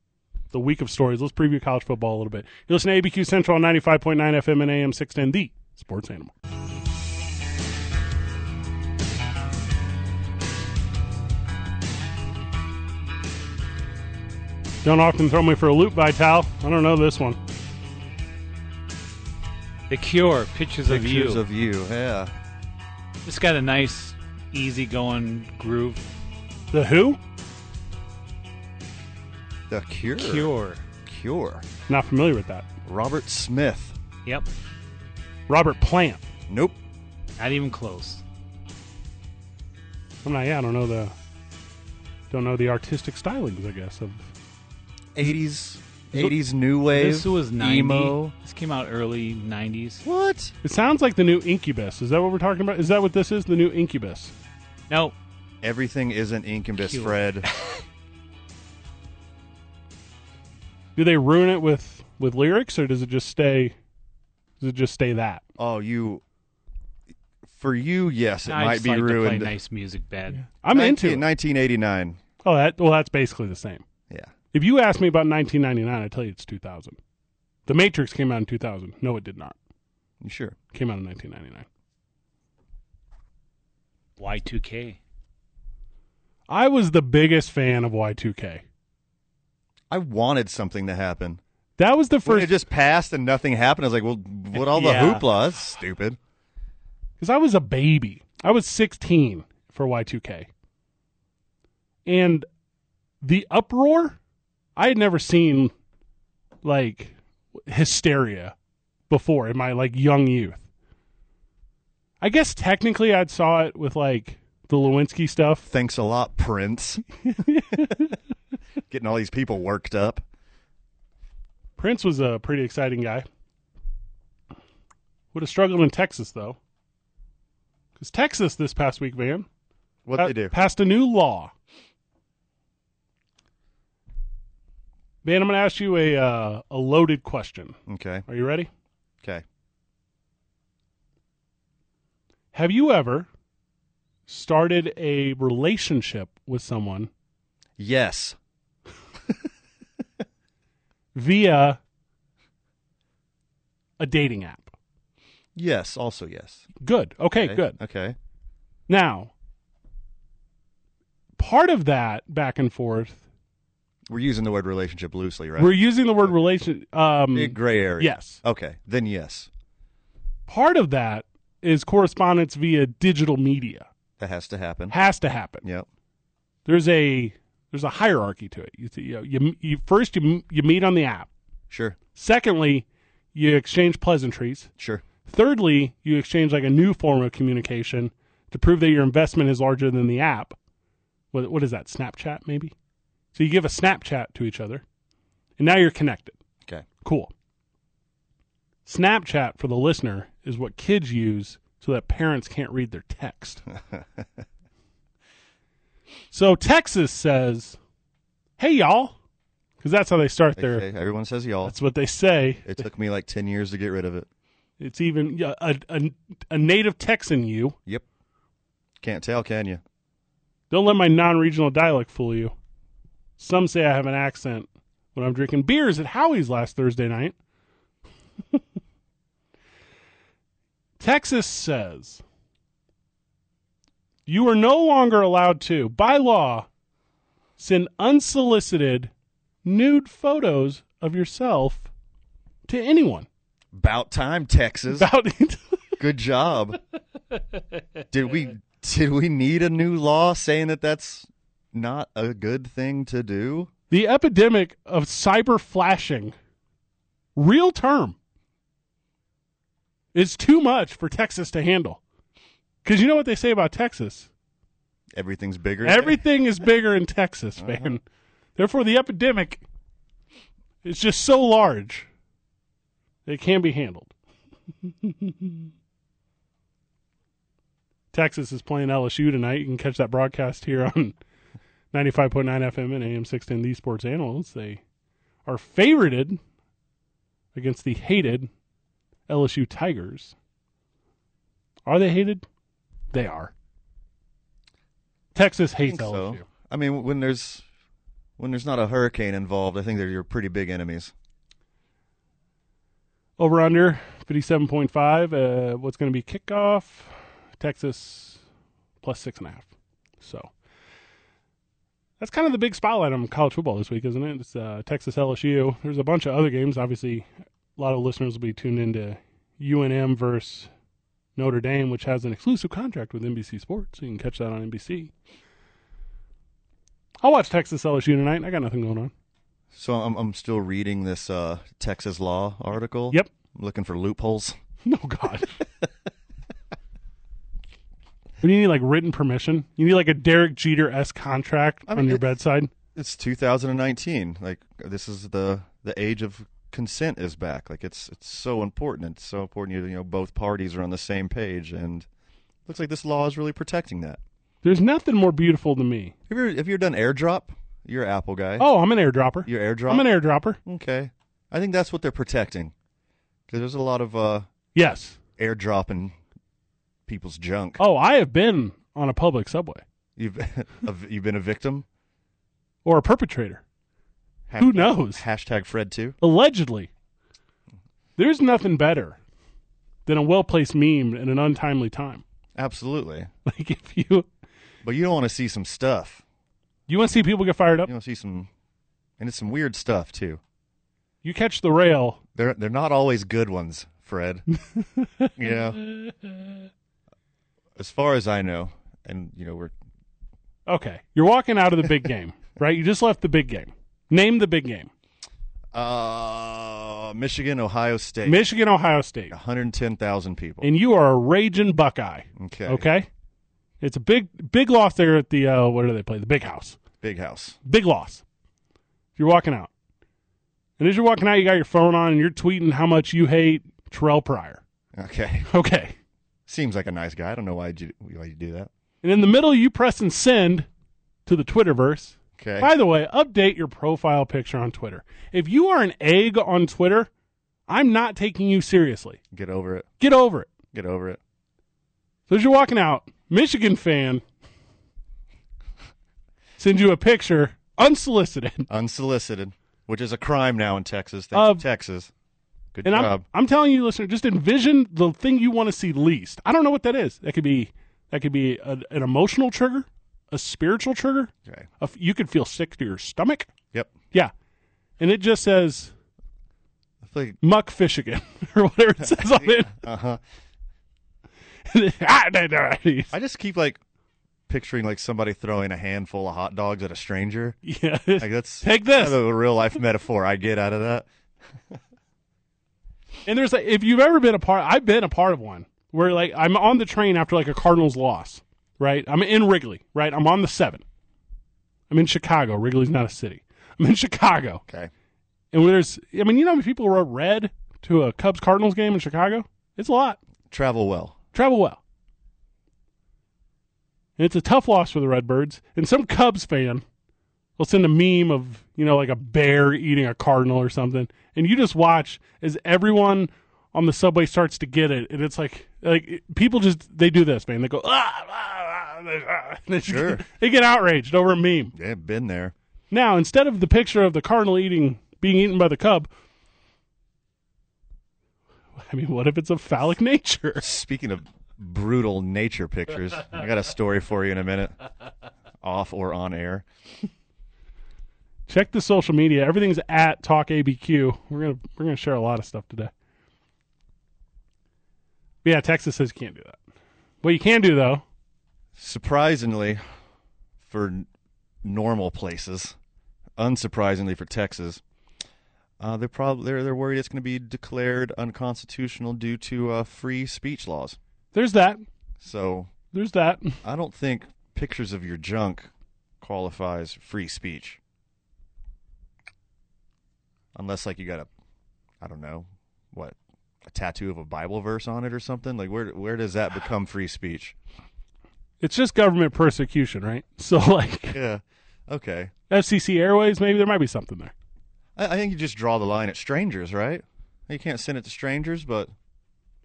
Speaker 1: The week of stories. Let's preview college football a little bit. You listen to ABQ Central on 95.9 FM and AM 610, the sports animal. Don't often throw me for a loop, Vital. I don't know this one.
Speaker 3: The Cure, Pictures,
Speaker 2: Pictures
Speaker 3: of You.
Speaker 2: of you, yeah.
Speaker 3: Just got a nice, easy going groove.
Speaker 1: The Who?
Speaker 2: The Cure.
Speaker 3: Cure.
Speaker 2: Cure.
Speaker 1: Not familiar with that.
Speaker 2: Robert Smith.
Speaker 3: Yep.
Speaker 1: Robert Plant.
Speaker 2: Nope.
Speaker 3: Not even close.
Speaker 1: I'm not. Yeah, I don't know the. Don't know the artistic stylings. I guess of
Speaker 2: 80s, 80s new wave.
Speaker 3: This was 90.
Speaker 2: emo.
Speaker 3: This came out early 90s.
Speaker 2: What?
Speaker 1: it sounds like the new Incubus. Is that what we're talking about? Is that what this is? The new Incubus.
Speaker 3: No,
Speaker 2: Everything isn't Incubus,
Speaker 3: Cure.
Speaker 2: Fred.
Speaker 1: Do they ruin it with with lyrics, or does it just stay? Does it just stay that?
Speaker 2: Oh, you. For you, yes, it
Speaker 3: I
Speaker 2: might
Speaker 3: just
Speaker 2: be
Speaker 3: like to play
Speaker 2: ruined.
Speaker 3: nice music bed.
Speaker 1: I'm into it.
Speaker 2: 1989.
Speaker 1: Oh, that well, that's basically the same.
Speaker 2: Yeah.
Speaker 1: If you ask me about 1999, I tell you it's 2000. The Matrix came out in 2000. No, it did not.
Speaker 2: You sure?
Speaker 1: It came out in 1999.
Speaker 3: Y2K.
Speaker 1: I was the biggest fan of Y2K.
Speaker 2: I wanted something to happen.
Speaker 1: That was the
Speaker 2: When
Speaker 1: first
Speaker 2: it just passed and nothing happened. I was like, well, what all the
Speaker 3: Yeah.
Speaker 2: hoopla? That's stupid.
Speaker 1: because I was a baby. I was 16 for Y2K. And the uproar, I had never seen like hysteria before in my like young youth. I guess technically I saw it with like the Lewinsky stuff.
Speaker 2: Thanks a lot, Prince. Getting all these people worked up.
Speaker 1: Prince was a pretty exciting guy. Would have struggled in Texas though. Because Texas this past week, man,
Speaker 2: What
Speaker 1: Uh, pa-
Speaker 2: they do?
Speaker 1: Passed a new law. Ben, I'm going to ask you a uh, a loaded question.
Speaker 2: Okay.
Speaker 1: Are you ready?
Speaker 2: Okay.
Speaker 1: Have you ever started a relationship with someone
Speaker 2: Yes.
Speaker 1: via a dating app?
Speaker 2: Yes. Also yes.
Speaker 1: Good. Okay, good.
Speaker 2: Okay.
Speaker 1: Now, part of that back and forth,
Speaker 2: We're using the word relationship loosely, right?
Speaker 1: we're using the word relation um
Speaker 2: Big gray area.
Speaker 1: yes.
Speaker 2: Okay. Then yes.
Speaker 1: Part of that is correspondence via digital media.
Speaker 2: That has to happen.
Speaker 1: Has to happen.
Speaker 2: Yep.
Speaker 1: there's a there's a hierarchy to it. You you, know, you, you first you you meet on the app.
Speaker 2: Sure.
Speaker 1: Secondly, you exchange pleasantries.
Speaker 2: Sure.
Speaker 1: Thirdly, you exchange like a new form of communication to prove that your investment is larger than the app. What what is that? Snapchat maybe? So you give a Snapchat to each other. And now you're connected.
Speaker 2: Okay.
Speaker 1: Cool. Snapchat for the listener is what kids use so that parents can't read their text. so Texas says, "Hey y'all," because that's how they start their.
Speaker 2: Okay. Everyone says y'all.
Speaker 1: That's what they say.
Speaker 2: It took me like ten years to get rid of it.
Speaker 1: It's even yeah, a, a a native Texan. You
Speaker 2: Yep. Can't tell, can you?
Speaker 1: don't let my non-regional dialect fool you. Some say I have an accent when I'm drinking beers at Howie's last Thursday night. Texas says you are no longer allowed to, by law, send unsolicited nude photos of yourself to anyone.
Speaker 2: About time, Texas.
Speaker 1: About
Speaker 2: Good job. did we did we need a new law saying that that's not a good thing to do?
Speaker 1: the epidemic of cyber flashing, real term, is too much for Texas to handle. Because you know what they say about Texas?
Speaker 2: Everything's bigger.
Speaker 1: Everything is bigger in Texas, man. Therefore, the epidemic is just so large that it can be handled. Texas is playing LSU tonight. You can catch that broadcast here on 95.9 FM and AM 610, these sports animals, they are favorited against the hated LSU Tigers. Are they hated? They are. Texas
Speaker 2: I
Speaker 1: hates
Speaker 2: think so.
Speaker 1: LSU.
Speaker 2: I mean, when there's when there's not a hurricane involved, I think they're your pretty big enemies.
Speaker 1: Over under 57.5. Uh, what's going to be kickoff? Texas plus six and a half. So that's kind of the big spotlight on college football this week, isn't it? It's uh, Texas LSU. There's a bunch of other games. Obviously, a lot of listeners will be tuned into UNM versus Notre Dame, which has an exclusive contract with NBC Sports. So you can catch that on NBC. I'll watch Texas LSU tonight. I got nothing going on.
Speaker 2: So I'm I'm still reading this uh, Texas law article.
Speaker 1: Yep.
Speaker 2: looking for loopholes.
Speaker 1: No Oh, God. But you need like written permission. You need like a Derek Jeter s contract
Speaker 2: I
Speaker 1: on
Speaker 2: mean,
Speaker 1: your
Speaker 2: it-
Speaker 1: bedside.
Speaker 2: It's 2019. Like this is the the age of consent is back. Like it's it's so important. It's so important. You you know both parties are on the same page, and looks like this law is really protecting that.
Speaker 1: There's nothing more beautiful to me.
Speaker 2: Have you have you ever done airdrop? You're an Apple guy.
Speaker 1: Oh, I'm an airdropper.
Speaker 2: You're airdrop.
Speaker 1: I'm an airdropper.
Speaker 2: Okay. I think that's what they're protecting. Because there's a lot of uh,
Speaker 1: Yes.
Speaker 2: airdropping people's junk.
Speaker 1: Oh, I have been on a public subway
Speaker 2: You've of- you've been a victim.
Speaker 1: or a perpetrator.
Speaker 2: Hashtag,
Speaker 1: Who knows?
Speaker 2: Hashtag Fred too.
Speaker 1: Allegedly. There's nothing better than a well placed meme in an untimely time.
Speaker 2: Absolutely.
Speaker 1: Like if you
Speaker 2: But you don't want to see some stuff.
Speaker 1: you want to see people get fired up,
Speaker 2: You want to see some, and it's some weird stuff too.
Speaker 1: you catch the rail.
Speaker 2: They're they're not always good ones, Fred. you know. As far as I know, and you know we're
Speaker 1: Okay. You're walking out of the big game, right? You just left the big game. Name the big game.
Speaker 2: uh, Michigan, Ohio State,
Speaker 1: Michigan, Ohio State,
Speaker 2: 110,000 people.
Speaker 1: and you are a raging Buckeye.
Speaker 2: okay.
Speaker 1: Okay, it's a big, big loss there at the uh, what do they play? The Big House.
Speaker 2: Big house.
Speaker 1: Big loss. You're walking out, and as you're walking out, you got your phone on and you're tweeting how much you hate Terrell Pryor.
Speaker 2: Okay.
Speaker 1: Okay,
Speaker 2: Seems like a nice guy. I don't know why you why you do that.
Speaker 1: and in the middle, you press and send to the Twitterverse.
Speaker 2: Okay.
Speaker 1: By the way, update your profile picture on Twitter. If you are an egg on Twitter, I'm not taking you seriously.
Speaker 2: Get over it.
Speaker 1: Get over it.
Speaker 2: Get over it.
Speaker 1: So as you're walking out, Michigan fan sends you a picture unsolicited.
Speaker 2: Unsolicited, which is a crime now in Texas. Thanks,
Speaker 1: Of-
Speaker 2: Texas. Good
Speaker 1: Um, And I'm
Speaker 2: job.
Speaker 1: I'm telling you, listener, just envision the thing you want to see least. I don't know what that is. That could be that could be a, an emotional trigger, a spiritual trigger.
Speaker 2: okay.
Speaker 1: A f you could feel sick to your stomach.
Speaker 2: Yep.
Speaker 1: Yeah, and it just says
Speaker 2: I feel like,
Speaker 1: muck fish again or whatever it says on it.
Speaker 2: uh-huh.
Speaker 1: yeah,
Speaker 2: I just keep like picturing like somebody throwing a handful of hot dogs at a stranger. Like that's
Speaker 1: take this.
Speaker 2: kind of a real life metaphor I get out of that.
Speaker 1: And there's like, if you've ever been a part, I've been a part of one where like I'm on the train after like a Cardinals loss, right? I'm in Wrigley, right? I'm on the seven. I'm in Chicago. Wrigley's not a city. I'm in Chicago,
Speaker 2: Okay.
Speaker 1: and when there's, I mean, you know, how many people were red to a Cubs Cardinals game in Chicago. It's a lot.
Speaker 2: Travel well.
Speaker 1: Travel well. And it's a tough loss for the Redbirds. And some Cubs fan will send a meme of, you know, like a bear eating a cardinal or something. And you just watch as everyone on the subway starts to get it. And it's like, like it- people just, they do this, man. They go, ah, ah, ah, ah," and they, just-
Speaker 2: Sure.
Speaker 1: they get outraged over a meme.
Speaker 2: Yeah, been there.
Speaker 1: Now, instead of the picture of the cardinal eating, being eaten by the cub, I mean, what if it's of phallic nature?
Speaker 2: Speaking of brutal nature pictures, I got a story for you in a minute. Off or on air.
Speaker 1: check the social media. Everything's at Talk ABQ. We're gonna we're gonna share a lot of stuff today. But yeah, Texas says you can't do that. What you can do though,
Speaker 2: surprisingly for n- normal places, unsurprisingly for Texas, uh, they're probably they're, they're worried it's going to be declared unconstitutional due to uh, free speech laws.
Speaker 1: there's that.
Speaker 2: So
Speaker 1: There's that.
Speaker 2: I don't think pictures of your junk qualifies free speech, unless like you got a, I don't know, what a tattoo of a Bible verse on it or something. Like where where does that become free speech?
Speaker 1: It's just government persecution, right? So like
Speaker 2: Yeah. Okay.
Speaker 1: FCC Airways, maybe there might be something there.
Speaker 2: I, I think you just draw the line at strangers, right? You can't send it to strangers, but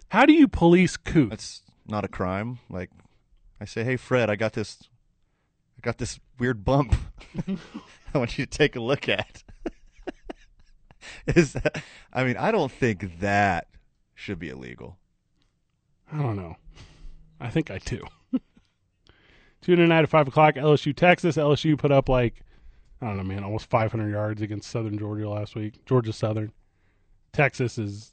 Speaker 1: How do you police coots?
Speaker 2: that's not a crime. Like, I say, hey Fred, I got this, I got this weird bump. I want you to take a look at. Is that? I mean, I don't think that should be illegal.
Speaker 1: I don't know. I think I do. Tune in tonight at 5 o'clock, LSU, Texas. LSU put up like, I don't know, man, almost 500 yards against Southern Georgia last week. Georgia Southern. Texas is,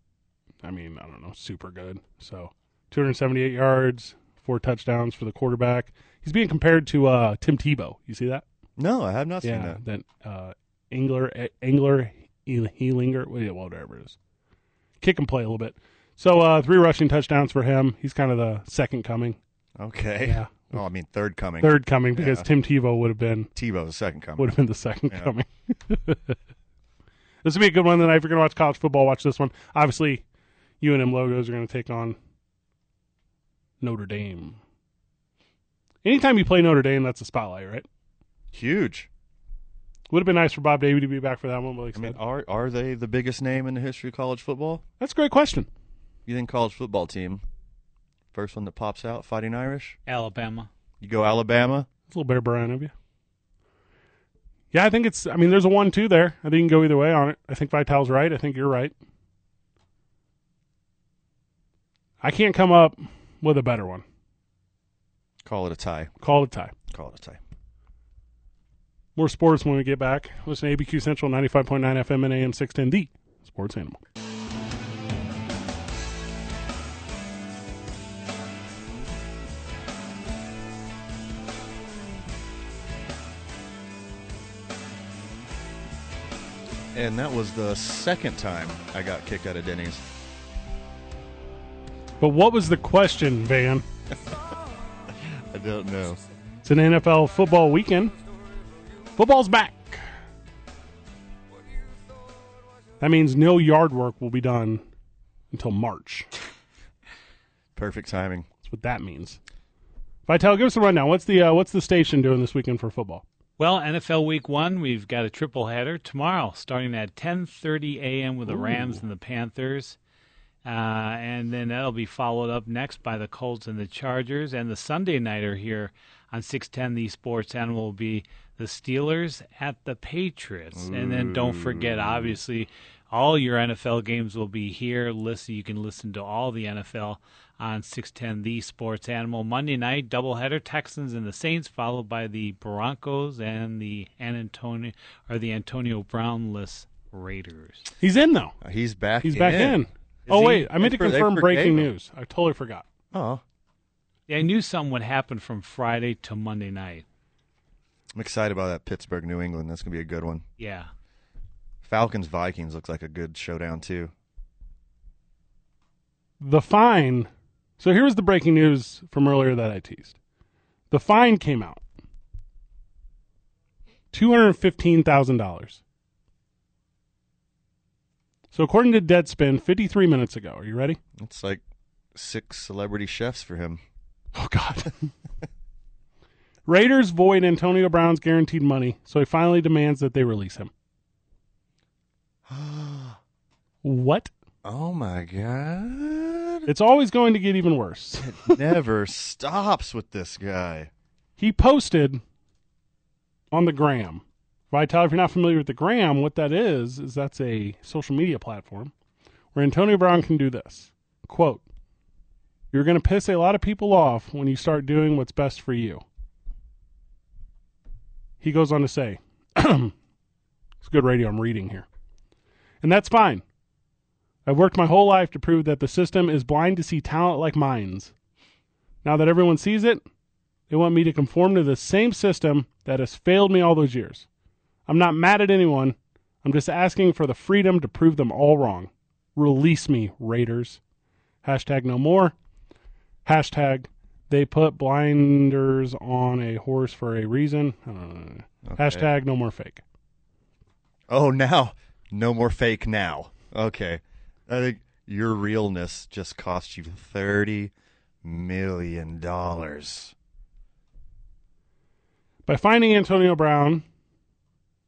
Speaker 1: I mean, I don't know, super good. So 278 yards, four touchdowns for the quarterback. He's being compared to uh, Tim Tebow. You see that?
Speaker 2: No, I have not seen
Speaker 1: yeah,
Speaker 2: that.
Speaker 1: that uh, Engler, eh, Engler, Heal- Healinger, well, yeah, well, whatever it is. Kick and play a little bit. So uh, three rushing touchdowns for him. He's kind of the second coming,
Speaker 2: Okay.
Speaker 1: Yeah.
Speaker 2: Well, I mean, third coming.
Speaker 1: third coming because
Speaker 2: Yeah.
Speaker 1: Tim Tebow would have been
Speaker 2: Tebow, the second coming.
Speaker 1: would have been the second
Speaker 2: Yeah.
Speaker 1: coming. this would be a good one tonight. If you're going to watch college football, watch this one. Obviously, UNM logos are going to take on Notre Dame. Anytime you play Notre Dame, that's a spotlight, right?
Speaker 2: Huge.
Speaker 1: Would have been nice for Bob Davy to be back for that one. But like I
Speaker 2: I
Speaker 1: said,
Speaker 2: mean, are are they the biggest name in the history of college football?
Speaker 1: that's a great question.
Speaker 2: You think college football team? First one that pops out, Fighting Irish.
Speaker 3: Alabama.
Speaker 2: You go Alabama.
Speaker 1: It's a little Bear Bryant of you. Yeah, I think it's. I mean, there's a one-two there. I think you can go either way on it. I think Vital's right. I think you're right. I can't come up with a better one.
Speaker 2: Call it a tie.
Speaker 1: Call it a tie.
Speaker 2: Call it a tie.
Speaker 1: More sports when we get back. Listen to ABQ Central 95.9 FM and AM 610, the sports animal.
Speaker 2: And that was the second time I got kicked out of Denny's.
Speaker 1: But what was the question, Van?
Speaker 2: I don't know.
Speaker 1: It's an NFL football weekend. Football's back. That means no yard work will be done until March.
Speaker 2: Perfect timing.
Speaker 1: That's what that means. Vital, give us a rundown. What's the uh, what's the station doing this weekend for football?
Speaker 3: Well, NFL Week One, we've got a triple header tomorrow, starting at 10:30 a.m. with the Rams and the Panthers, uh, and then that'll be followed up next by the Colts and the Chargers, and the Sunday nighter here on 610 The Sports Animal will be the Steelers at the Patriots, and then don't forget, obviously, all your NFL games will be here. Listen, you can listen to all the NFL on 610 The Sports Animal. Monday night, doubleheader Texans and the Saints, followed by the Broncos and the An Antonio or the Antonio Brownless Raiders.
Speaker 1: He's in though.
Speaker 2: Uh, He's back.
Speaker 1: He's back in. Oh
Speaker 2: he?
Speaker 1: wait, I meant
Speaker 2: They
Speaker 1: to
Speaker 2: for- they
Speaker 1: confirm
Speaker 2: forgave
Speaker 1: breaking
Speaker 2: him.
Speaker 1: news. I totally forgot.
Speaker 2: Oh,
Speaker 3: Yeah, I knew something would happen from Friday to Monday night.
Speaker 2: I'm excited about that Pittsburgh New England. That's gonna be a good one.
Speaker 3: Yeah.
Speaker 2: Falcons Vikings looks like a good showdown too.
Speaker 1: the fine. So here was the breaking news from earlier that I teased. The fine came out. Two hundred fifteen thousand dollars. So according to Deadspin, fifty-three minutes ago. Are you ready?
Speaker 2: It's like six celebrity chefs for him.
Speaker 1: Oh God. Raiders void Antonio Brown's guaranteed money, so he finally demands that they release him. what?
Speaker 2: Oh my god!
Speaker 1: It's always going to get even worse.
Speaker 2: It never stops with this guy.
Speaker 1: he posted on the gram right Tyler, if you're not familiar with the gram what that is is that's a social media platform where antonio brown can do this quote you're going to piss a lot of people off when you start doing what's best for you he goes on to say it's good radio i'm reading here and that's fine i've worked my whole life to prove that the system is blind to see talent like mine's now that everyone sees it they want me to conform to the same system that has failed me all those years. I'm not mad at anyone. I'm just asking for the freedom to prove them all wrong. Release me, Raiders. Hashtag no more. Hashtag they put blinders on a horse for a reason. I don't know. Hashtag no more fake.
Speaker 2: Oh, now no more fake. Now, okay. I think your realness just cost you thirty million dollars.
Speaker 1: By finding Antonio Brown,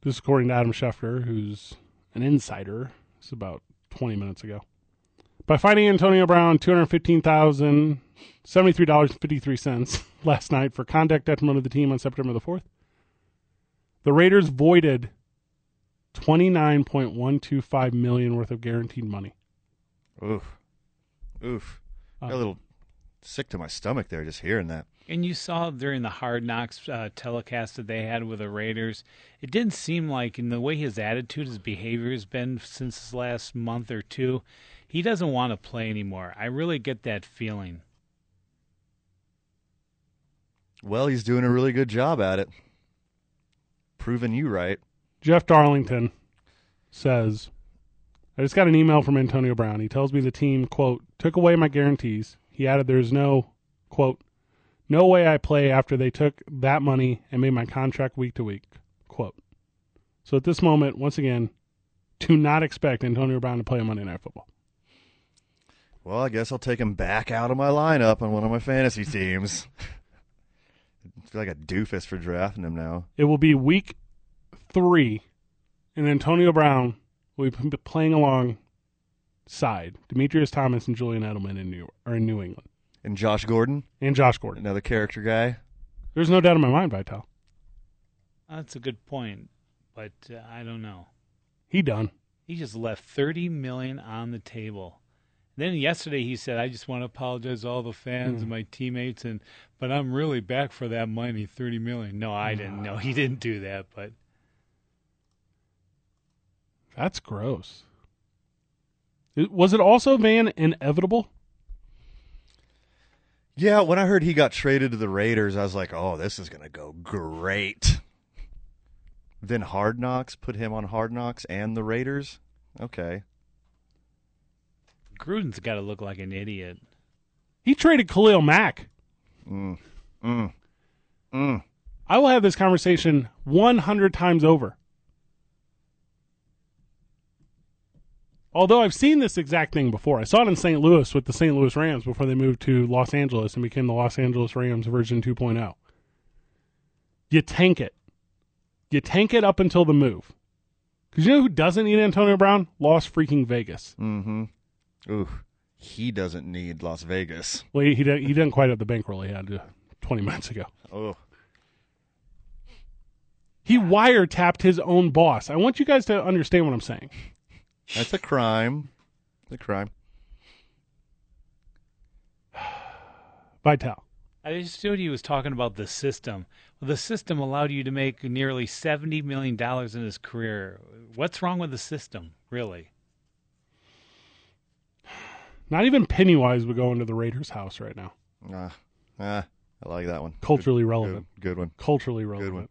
Speaker 1: This is according to Adam Schefter, who's an insider. It's about 20 minutes ago. By fining Antonio Brown $215,073.53 last night for conduct detrimental to the team on September the 4th, the Raiders voided 29.125 million worth of guaranteed money.
Speaker 2: Oof. Oof. Got a little sick to my stomach there just hearing that.
Speaker 3: And you saw during the Hard Knocks uh, telecast that they had with the Raiders, it didn't seem like, in the way his attitude, his behavior has been since this last month or two, he doesn't want to play anymore. I really get that feeling.
Speaker 2: Well, he's doing a really good job at it. Proving you right.
Speaker 1: Jeff Darlington says, I just got an email from Antonio Brown. He tells me the team, quote, took away my guarantees. He added, there's no, quote, no way I play after they took that money and made my contract week to week, quote. So at this moment, once again, do not expect Antonio Brown to play Monday Night Football.
Speaker 2: Well, I guess I'll take him back out of my lineup on one of my fantasy teams. I feel like a doofus for drafting him now.
Speaker 1: It will be week three, and Antonio Brown will be p- playing alongside Demetrius Thomas and Julian Edelman in New or in New England,
Speaker 2: And Josh Gordon,
Speaker 1: and Josh Gordon.
Speaker 2: another character guy.
Speaker 1: There's no doubt in my mind, Vital.
Speaker 3: That's a good point, but uh, I don't know.
Speaker 1: He done.
Speaker 3: He just left 30 million on the table. Then yesterday he said, "I just want to apologize to all the fans and my teammates, and but I'm really back for that money, 30 million." No, I didn't. No, he didn't do that, but
Speaker 1: That's gross. It- was it also Van inevitable?
Speaker 2: Yeah, when I heard he got traded to the Raiders, I was like, oh, this is going to go great. Then Hard Knocks put him on Hard Knocks and the Raiders. Okay.
Speaker 3: Gruden's got to look like an idiot.
Speaker 1: He traded Khalil Mack.
Speaker 2: Mm. Mm.
Speaker 1: I will have this conversation 100 times over. Although I've seen this exact thing before. I saw it in St. Louis with the St. Louis Rams before they moved to Los Angeles and became the Los Angeles Rams version 2.0. You tank it. You tank it up until the move. Because you know who doesn't need Antonio Brown? Lost freaking Vegas.
Speaker 2: Mm-hmm. Ooh. He doesn't need Las Vegas.
Speaker 1: Well, he, he, didn't, he didn't quite have the bankroll he had uh, 20 minutes ago.
Speaker 2: Oh.
Speaker 1: He wiretapped his own boss. I want you guys to understand what I'm saying.
Speaker 2: That's a crime. The crime.
Speaker 1: Vital.
Speaker 3: I understood he was talking about the system. Well, the system allowed you to make nearly 70 million dollars in his career. What's wrong with the system, really?
Speaker 1: Not even Pennywise would go into the Raiders' house right now.
Speaker 2: Ah. Ah. I like that one.
Speaker 1: Culturally
Speaker 2: Good-
Speaker 1: relevant.
Speaker 2: good one.
Speaker 1: Culturally relevant.
Speaker 2: one.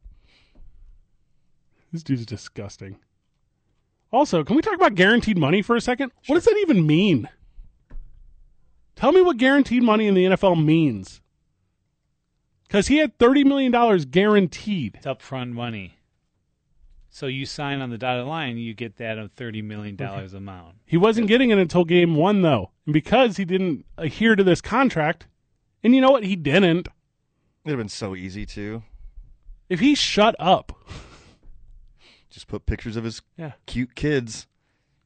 Speaker 1: This dude's disgusting. Also, can we talk about guaranteed money for a second? What does that even mean? Tell me what guaranteed money in the NFL means. Because he had $30 million guaranteed.
Speaker 3: It's upfront money. So you sign on the dotted line, you get that of 30 million dollars amount.
Speaker 1: He wasn't getting it until game one, though. And because he didn't adhere to this contract, and you know what? He didn't.
Speaker 2: It'd have been so easy to
Speaker 1: If he shut up.
Speaker 2: just put pictures of his
Speaker 1: Yeah.
Speaker 2: cute kids.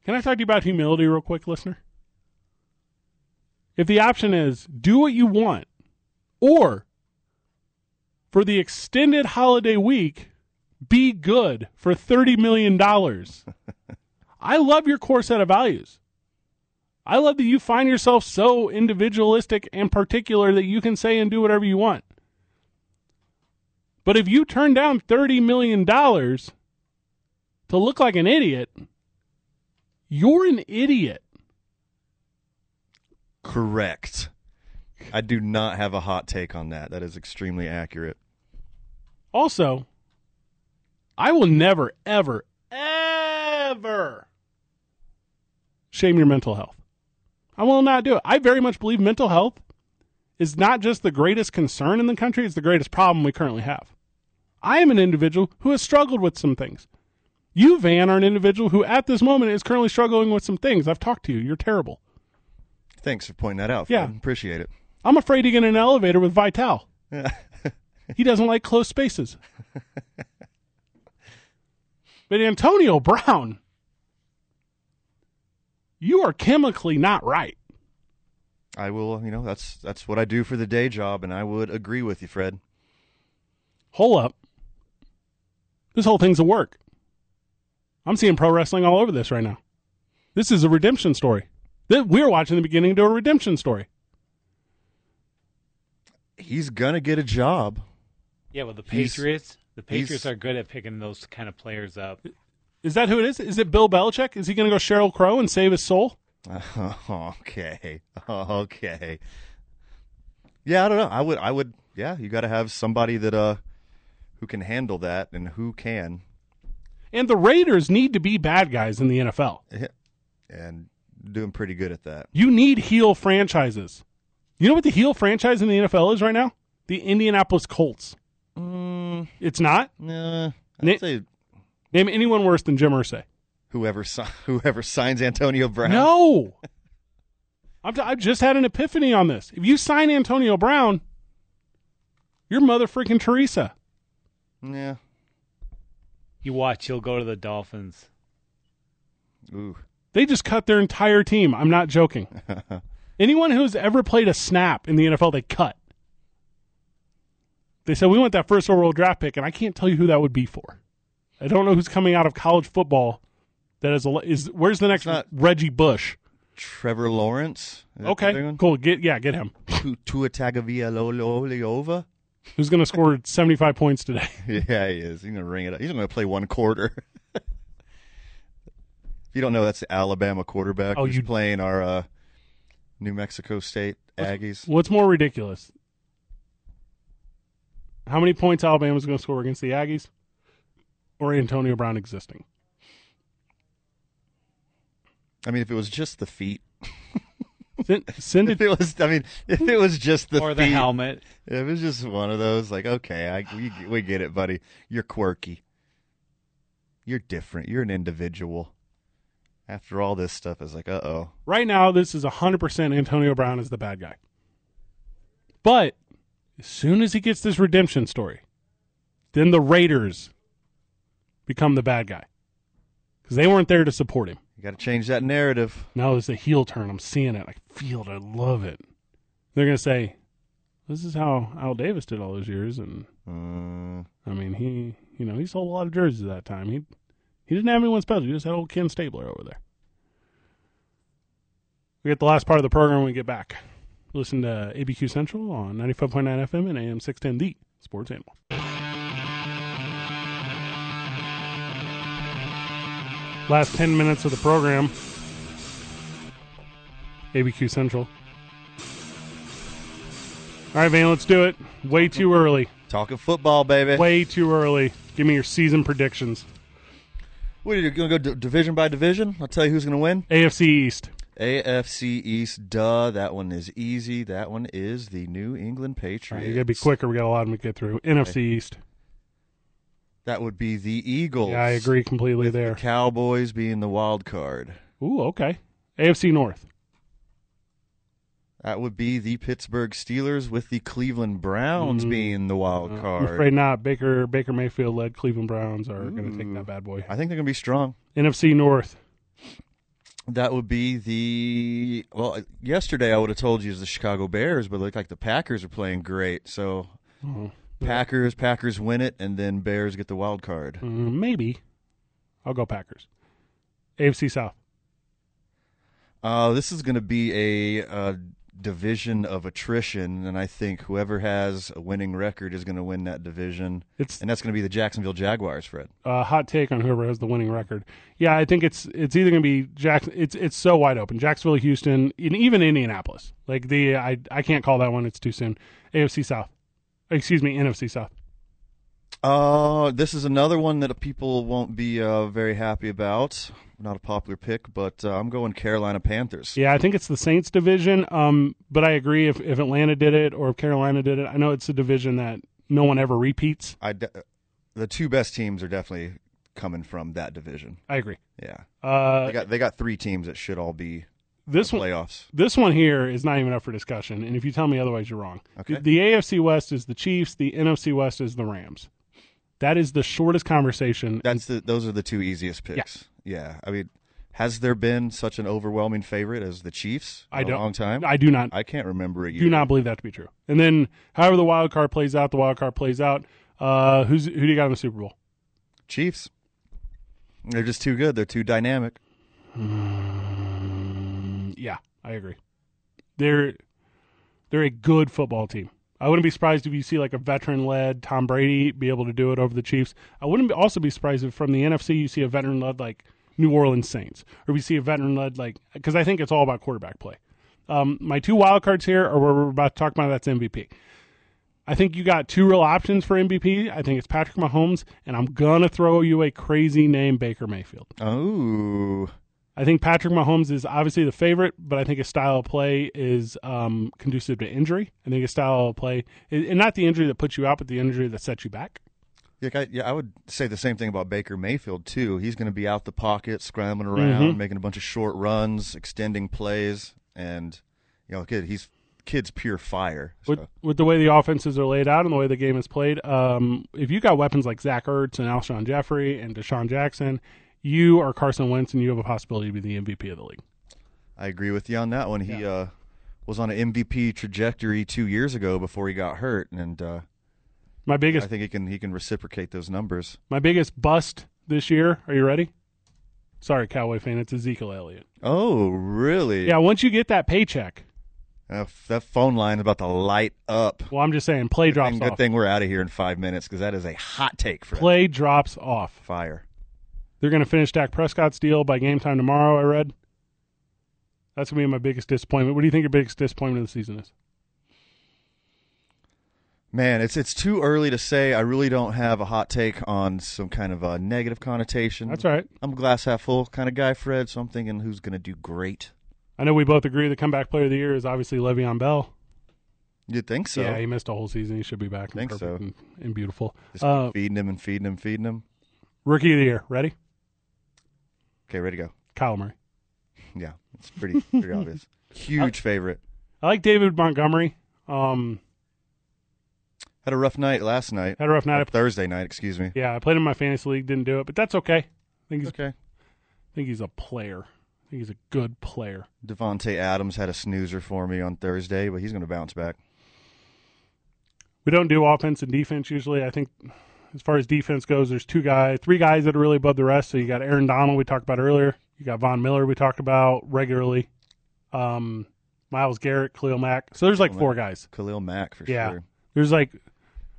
Speaker 1: Can I talk to you about humility real quick, listener? If the option is do what you want, or for the extended holiday week, be good for $30 million. I love your core set of values. I love that you find yourself so individualistic and particular that you can say and do whatever you want. But if you turn down $30 million to look like an idiot, you're an idiot.
Speaker 2: Correct. I do not have a hot take on that. That is extremely accurate.
Speaker 1: Also, I will never, ever, ever shame your mental health. I will not do it. I very much believe mental health is not just the greatest concern in the country, it's the greatest problem we currently have. I am an individual who has struggled with some things. You, Van, are an individual who at this moment is currently struggling with some things. I've talked to you. You're terrible.
Speaker 2: Thanks for pointing that out.
Speaker 1: Yeah.
Speaker 2: Fred. Appreciate it.
Speaker 1: I'm afraid to get in an elevator with Vital.
Speaker 2: Yeah.
Speaker 1: He doesn't like closed spaces. But Antonio Brown, you are chemically not right.
Speaker 2: I will, you know, that's that's what I do for the day job, and I would agree with you, Fred.
Speaker 1: Hold up. This whole thing's a work. I'm seeing pro wrestling all over this right now. This is a redemption story. Th- We're watching the beginning to a redemption story.
Speaker 2: He's gonna get a job.
Speaker 3: Yeah, well, the
Speaker 2: He's-
Speaker 3: Patriots, the Patriots
Speaker 2: he's-
Speaker 3: are good at picking those kind of players up.
Speaker 1: Is that who it is? Is it Bill Belichick? Is he going to go Cheryl Crow and save his soul?
Speaker 2: okay, okay. Yeah, I don't know. I would, I would. Yeah, you got to have somebody that uh, who can handle that, and who can.
Speaker 1: And the Raiders need to be bad guys in the NFL.
Speaker 2: and doing pretty good at that.
Speaker 1: You need heel franchises. You know what the heel franchise in the NFL is right now? The Indianapolis Colts.
Speaker 2: Mm,
Speaker 1: It's not.
Speaker 2: nah,
Speaker 1: Nick-
Speaker 2: I'd say
Speaker 1: Name anyone worse than Jim Irsay.
Speaker 2: whoever si- whoever signs Antonio Brown.
Speaker 1: No. I'm t- I've just had an epiphany on this. If you sign Antonio Brown, you're mother freaking Teresa.
Speaker 2: Yeah.
Speaker 3: You watch, he'll go to the Dolphins.
Speaker 2: Ooh.
Speaker 1: They just cut their entire team. I'm not joking. Anyone who's ever played a snap in the NFL, they cut. They said, We want that first overall draft pick, and I can't tell you who that would be for. I don't know who's coming out of college football that is, a, is where's the next
Speaker 2: not-
Speaker 1: Reggie Bush?
Speaker 2: Trevor Lawrence. Is that what they're
Speaker 1: Okay,
Speaker 2: doing?
Speaker 1: cool. Get Yeah, get him.
Speaker 2: Tu- Tua Tagovailoa.
Speaker 1: Who's going to score 75 points today?
Speaker 2: Yeah, he is. He's gonna ring it up. He's gonna play one quarter. if you don't know, that's the Alabama quarterback.
Speaker 1: Oh,
Speaker 2: who's
Speaker 1: you-
Speaker 2: playing our uh, New Mexico State Aggies?
Speaker 1: What's more ridiculous? How many points Alabama's going to score against the Aggies or Antonio Brown existing?
Speaker 2: I mean, if it was just the feet,
Speaker 1: Send, send
Speaker 2: if
Speaker 1: it.
Speaker 2: it was, I mean, if it was just the
Speaker 3: or the
Speaker 2: feet,
Speaker 3: helmet.
Speaker 2: if it was just one of those, like, okay, I, we we get it, buddy. You're quirky. You're different. You're an individual. After all this stuff, it's like, uh oh.
Speaker 1: Right now, this is 100% Antonio Brown is the bad guy. But as soon as he gets this redemption story, then the Raiders become the bad guy because they weren't there to support him.
Speaker 2: You got to change that narrative.
Speaker 1: Now it's a heel turn. I'm seeing it. I feel it. I love it. They're going to say, this is how Al Davis did all those years, and
Speaker 2: Uh,
Speaker 1: I mean, he you know he sold a lot of jerseys that time. He he didn't have anyone special. He just had old Ken Stabler over there. We get the last part of the program when we get back. Listen to ABQ Central on 95.9 FM and AM 610 The Sports Animal. Last 10 minutes of the program. ABQ Central. All right, Van, let's do it. Way too early
Speaker 2: talking football, baby.
Speaker 1: way too early. Give me your season predictions.
Speaker 2: What are you going to go d- division by division? I'll tell you who's going to win.
Speaker 1: AFC East.
Speaker 2: AFC East, duh. That one is easy. That one is the New England Patriots.
Speaker 1: All right, you gotta be quicker. We got a lot of them to get through. NFC East.
Speaker 2: That would be the Eagles.
Speaker 1: Yeah, I agree completely there.
Speaker 2: Cowboys being the wild card.
Speaker 1: Ooh, okay. AFC North.
Speaker 2: That would be the Pittsburgh Steelers with the Cleveland Browns being the wild
Speaker 1: Mm-hmm. Uh, I'm
Speaker 2: card.
Speaker 1: afraid not. Baker Baker Mayfield led Cleveland Browns are gonna take
Speaker 2: Ooh.
Speaker 1: that bad boy.
Speaker 2: I think they're going to be strong.
Speaker 1: NFC North.
Speaker 2: That would be the well. Yesterday I would have told you is the Chicago Bears, but it looked like the Packers are playing great. So
Speaker 1: Oh,
Speaker 2: Packers, Packers win it, and then Bears get the wild card.
Speaker 1: uh, maybe. I'll go Packers. AFC South.
Speaker 2: Uh, this is going to be a, uh division of attrition, and I think whoever has a winning record is going to win that division,
Speaker 1: It's
Speaker 2: and that's going to be the Jacksonville Jaguars, Fred.
Speaker 1: a hot take on whoever has the winning record. Yeah, I think it's it's either gonna be Jackson. It's it's so wide open. Jacksonville, Houston, and even Indianapolis. Like the I I can't call that one. It's too soon. AFC South. Excuse me, NFC South.
Speaker 2: Uh, this is another one that people won't be uh, very happy about. Not a popular pick, but uh, I'm going Carolina Panthers.
Speaker 1: Yeah, I think it's the Saints division. Um, but I agree if if Atlanta did it or if Carolina did it. I know it's a division that no one ever repeats.
Speaker 2: I de- the two best teams are definitely coming from that division.
Speaker 1: I agree.
Speaker 2: Yeah,
Speaker 1: Uh,
Speaker 2: they got they got three teams that should all be
Speaker 1: this one
Speaker 2: playoffs.
Speaker 1: this one here is not even up for discussion. And if you tell me otherwise, you're wrong.
Speaker 2: Okay.
Speaker 1: The AFC West is the Chiefs. The NFC West is the Rams. That is the shortest conversation.
Speaker 2: That's the those are the two easiest picks. Yeah. I mean, has there been such an overwhelming favorite as the Chiefs? in
Speaker 1: I
Speaker 2: a
Speaker 1: don't.
Speaker 2: long time.
Speaker 1: I do not.
Speaker 2: I can't remember it.
Speaker 1: do not believe that to be true. And then, however the wild card plays out, the wild card plays out. Uh, who's who do you got in the Super Bowl?
Speaker 2: Chiefs. They're just too good. They're too dynamic.
Speaker 1: Yeah, I agree. They're they're a good football team. I wouldn't be surprised if you see like a veteran led Tom Brady be able to do it over the Chiefs. I wouldn't be, also be surprised if from the NFC you see a veteran led like New Orleans Saints, or we see a veteran led like because I think it's all about quarterback play. Um, my two wild cards here are where we're about to talk about. That's MVP. I think you got two real options for MVP. I think it's Patrick Mahomes, and I'm gonna throw you a crazy name, Baker Mayfield.
Speaker 2: Oh,
Speaker 1: I think Patrick Mahomes is obviously the favorite, but I think his style of play is um, conducive to injury. I think his style of play, and not the injury that puts you out, but the injury that sets you back.
Speaker 2: yeah. I, yeah, I would say the same thing about Baker Mayfield too. He's going to be out the pocket, scrambling around,
Speaker 1: Mm-hmm.
Speaker 2: making a bunch of short runs, extending plays, and you know, kid, he's kid's pure fire. So.
Speaker 1: With, with the way the offenses are laid out and the way the game is played, um, if you got weapons like Zach Ertz and Alshon Jeffrey and Deshaun Jackson, you are Carson Wentz, and you have a possibility to be the MVP of the league.
Speaker 2: I agree with you on that one. He uh, was on an MVP trajectory two years ago before he got hurt, and uh,
Speaker 1: My
Speaker 2: I
Speaker 1: biggest,
Speaker 2: think he can he can reciprocate those numbers.
Speaker 1: my biggest bust this year. Are you ready? Sorry, Cowboy fan, it's Ezekiel Elliott.
Speaker 2: Oh, really?
Speaker 1: Yeah, once you get that paycheck,
Speaker 2: Uh, that phone line is about to light up.
Speaker 1: well, I'm just saying, play drops
Speaker 2: And good
Speaker 1: off.
Speaker 2: thing we're out of here in five minutes because that is a hot take for
Speaker 1: play drops off.
Speaker 2: fire.
Speaker 1: They're going to finish Dak Prescott's deal by game time tomorrow, I read. That's going to be my biggest disappointment. What do you think your biggest disappointment of the season is?
Speaker 2: Man, it's it's too early to say. I really don't have a hot take on some kind of a negative connotation.
Speaker 1: That's all right.
Speaker 2: I'm a glass half full kind of guy, Fred. So I'm thinking who's going to do great.
Speaker 1: I know we both agree the comeback player of the year is obviously Le'Veon Bell.
Speaker 2: You'd think so.
Speaker 1: yeah, he missed a whole season. He should be back and
Speaker 2: Think
Speaker 1: perfect
Speaker 2: so.
Speaker 1: and, and beautiful.
Speaker 2: Just keep
Speaker 1: Uh,
Speaker 2: feeding him and feeding him, feeding him.
Speaker 1: rookie of the year. Ready?
Speaker 2: Okay, ready to go.
Speaker 1: Kyle Murray.
Speaker 2: Yeah, it's pretty pretty obvious.
Speaker 1: Uh,
Speaker 2: Huge favorite.
Speaker 1: I like David Montgomery. Um,
Speaker 2: Had a rough night last night.
Speaker 1: had a rough night.
Speaker 2: Or Thursday night, excuse me.
Speaker 1: yeah, I played him in my fantasy league. Didn't do it, but that's okay. I think he's,
Speaker 2: Okay.
Speaker 1: I think he's a player. I think he's a good player.
Speaker 2: Devonte Adams had a snoozer for me on Thursday, but he's going to bounce back.
Speaker 1: we don't do offense and defense usually. I think as far as defense goes, there's two guys, three guys that are really above the rest. So you got Aaron Donald, we talked about earlier. You got Von Miller, we talked about regularly. Um, Miles Garrett, Khalil Mack. So there's like four guys.
Speaker 2: Khalil Mack for
Speaker 1: Yeah,
Speaker 2: sure.
Speaker 1: there's like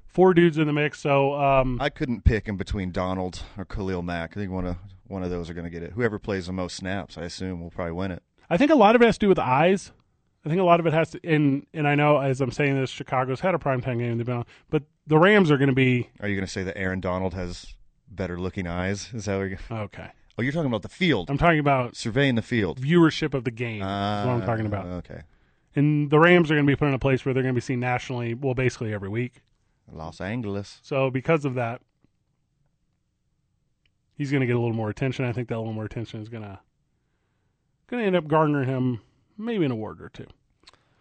Speaker 1: four dudes in the mix. So um,
Speaker 2: I couldn't pick him between Donald or Khalil Mack. I think one of one of those are going to get it. Whoever plays the most snaps, I assume, will probably win it.
Speaker 1: I think a lot of it has to do with eyes. I think a lot of it has to. And and I know as I'm saying this, Chicago's had a primetime game. They've been on, but the Rams are going to be
Speaker 2: Are you going to say that Aaron Donald has better looking eyes? Is that what you're,
Speaker 1: okay.
Speaker 2: oh, you're talking about the field,
Speaker 1: I'm talking about
Speaker 2: surveying the field.
Speaker 1: viewership of the game. is what I'm talking about.
Speaker 2: Ah, Okay,
Speaker 1: And the Rams are going to be put in a place where they're going to be seen nationally, well, basically every week.
Speaker 2: Los Angeles.
Speaker 1: So because of that, he's going to get a little more attention. I think that little more attention is going to going to end up garnering him maybe an award or two.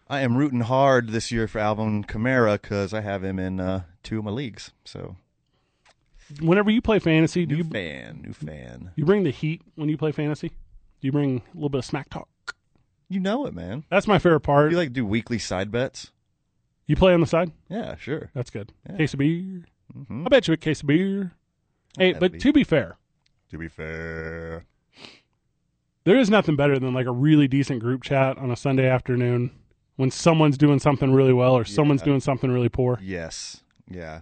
Speaker 2: I am rooting hard this year for Alvin Kamara because I have him in uh, two of my leagues. So
Speaker 1: Whenever you play fantasy, do
Speaker 2: new
Speaker 1: you
Speaker 2: fan, new fan.
Speaker 1: you bring the heat when you play fantasy? Do you bring a little bit of smack talk?
Speaker 2: You know it, man.
Speaker 1: That's my favorite part.
Speaker 2: You like to do weekly side bets?
Speaker 1: you play on the side.
Speaker 2: Yeah, sure.
Speaker 1: That's good.
Speaker 2: Yeah.
Speaker 1: Case of beer.
Speaker 2: Mhm.
Speaker 1: I bet you a case of beer. Hey,
Speaker 2: That'd
Speaker 1: but
Speaker 2: be-
Speaker 1: to be fair,
Speaker 2: To be fair,
Speaker 1: there is nothing better than like a really decent group chat on a Sunday afternoon when someone's doing something really well or someone's doing something really poor.
Speaker 2: yes, yeah.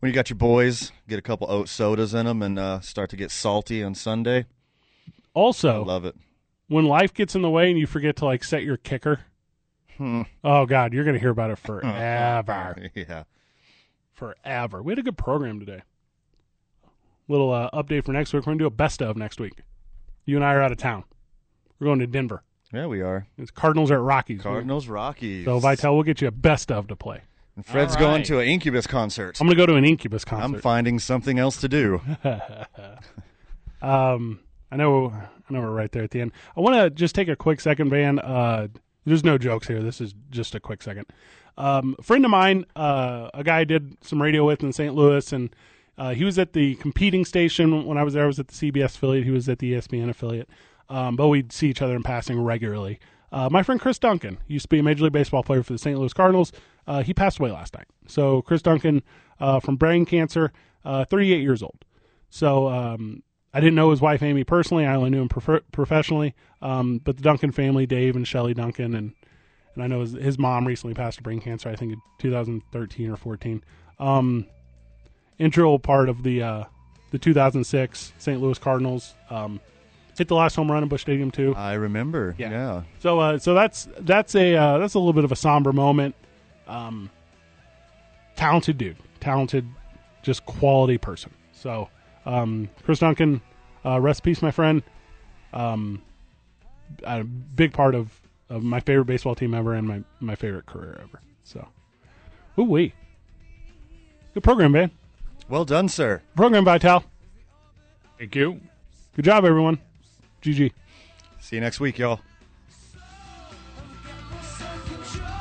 Speaker 2: When you got your boys, get a couple oat sodas in them and uh, start to get salty on Sunday.
Speaker 1: Also,
Speaker 2: Love it.
Speaker 1: when life gets in the way and you forget to like set your kicker,
Speaker 2: Hmm.
Speaker 1: oh god, you're gonna hear about it forever,
Speaker 2: yeah.
Speaker 1: forever. We had a good program today. Little uh, update for next week. We're gonna do a best of next week. You and I are out of town. We're going to Denver.
Speaker 2: Yeah, we are.
Speaker 1: It's Cardinals are at Rockies.
Speaker 2: Cardinals, Rockies.
Speaker 1: So Vitel, we'll get you a best of to play.
Speaker 2: And Fred's
Speaker 3: All
Speaker 2: going
Speaker 3: right.
Speaker 2: to an Incubus concert.
Speaker 1: I'm gonna go to an Incubus
Speaker 2: I'm
Speaker 1: concert.
Speaker 2: finding something else to do.
Speaker 1: Um, I know, I know we're right there at the end. I want to just take a quick second, Van. Uh, there's no jokes here. This is just a quick second. Um, a friend of mine, uh, a guy I did some radio with in St. Louis, and Uh, he was at the competing station when I was there. I was at the CBS affiliate. He was at the E ESPN affiliate. Um, but we'd see each other in passing regularly. Uh, my friend Chris Duncan he used to be a Major League Baseball player for the St. Louis Cardinals. Uh, he passed away last night. So Chris Duncan uh, from brain cancer, uh, 38 years old. So um, I didn't know his wife Amy personally. I only knew him prof- professionally. Um, but the Duncan family, Dave and Shelly Duncan, and and I know his, his mom recently passed of brain cancer. I think in 2013 or 14. Um, integral part of the uh, the 2006 St. Louis Cardinals. Um, hit the last home run in Bush Stadium too.
Speaker 2: I remember. Yeah.
Speaker 1: So uh, so that's that's a uh, that's a little bit of a somber moment. Um, talented dude, talented, just quality person. So um, Chris Duncan, uh, rest in peace, my friend. Um, a big part of, of my favorite baseball team ever and my my favorite career ever. So, ooh wee, good program, man.
Speaker 2: Well done, sir.
Speaker 1: Program Vital.
Speaker 3: Thank you.
Speaker 1: Good job, everyone. GG.
Speaker 2: See you next week, y'all.
Speaker 4: Self-control.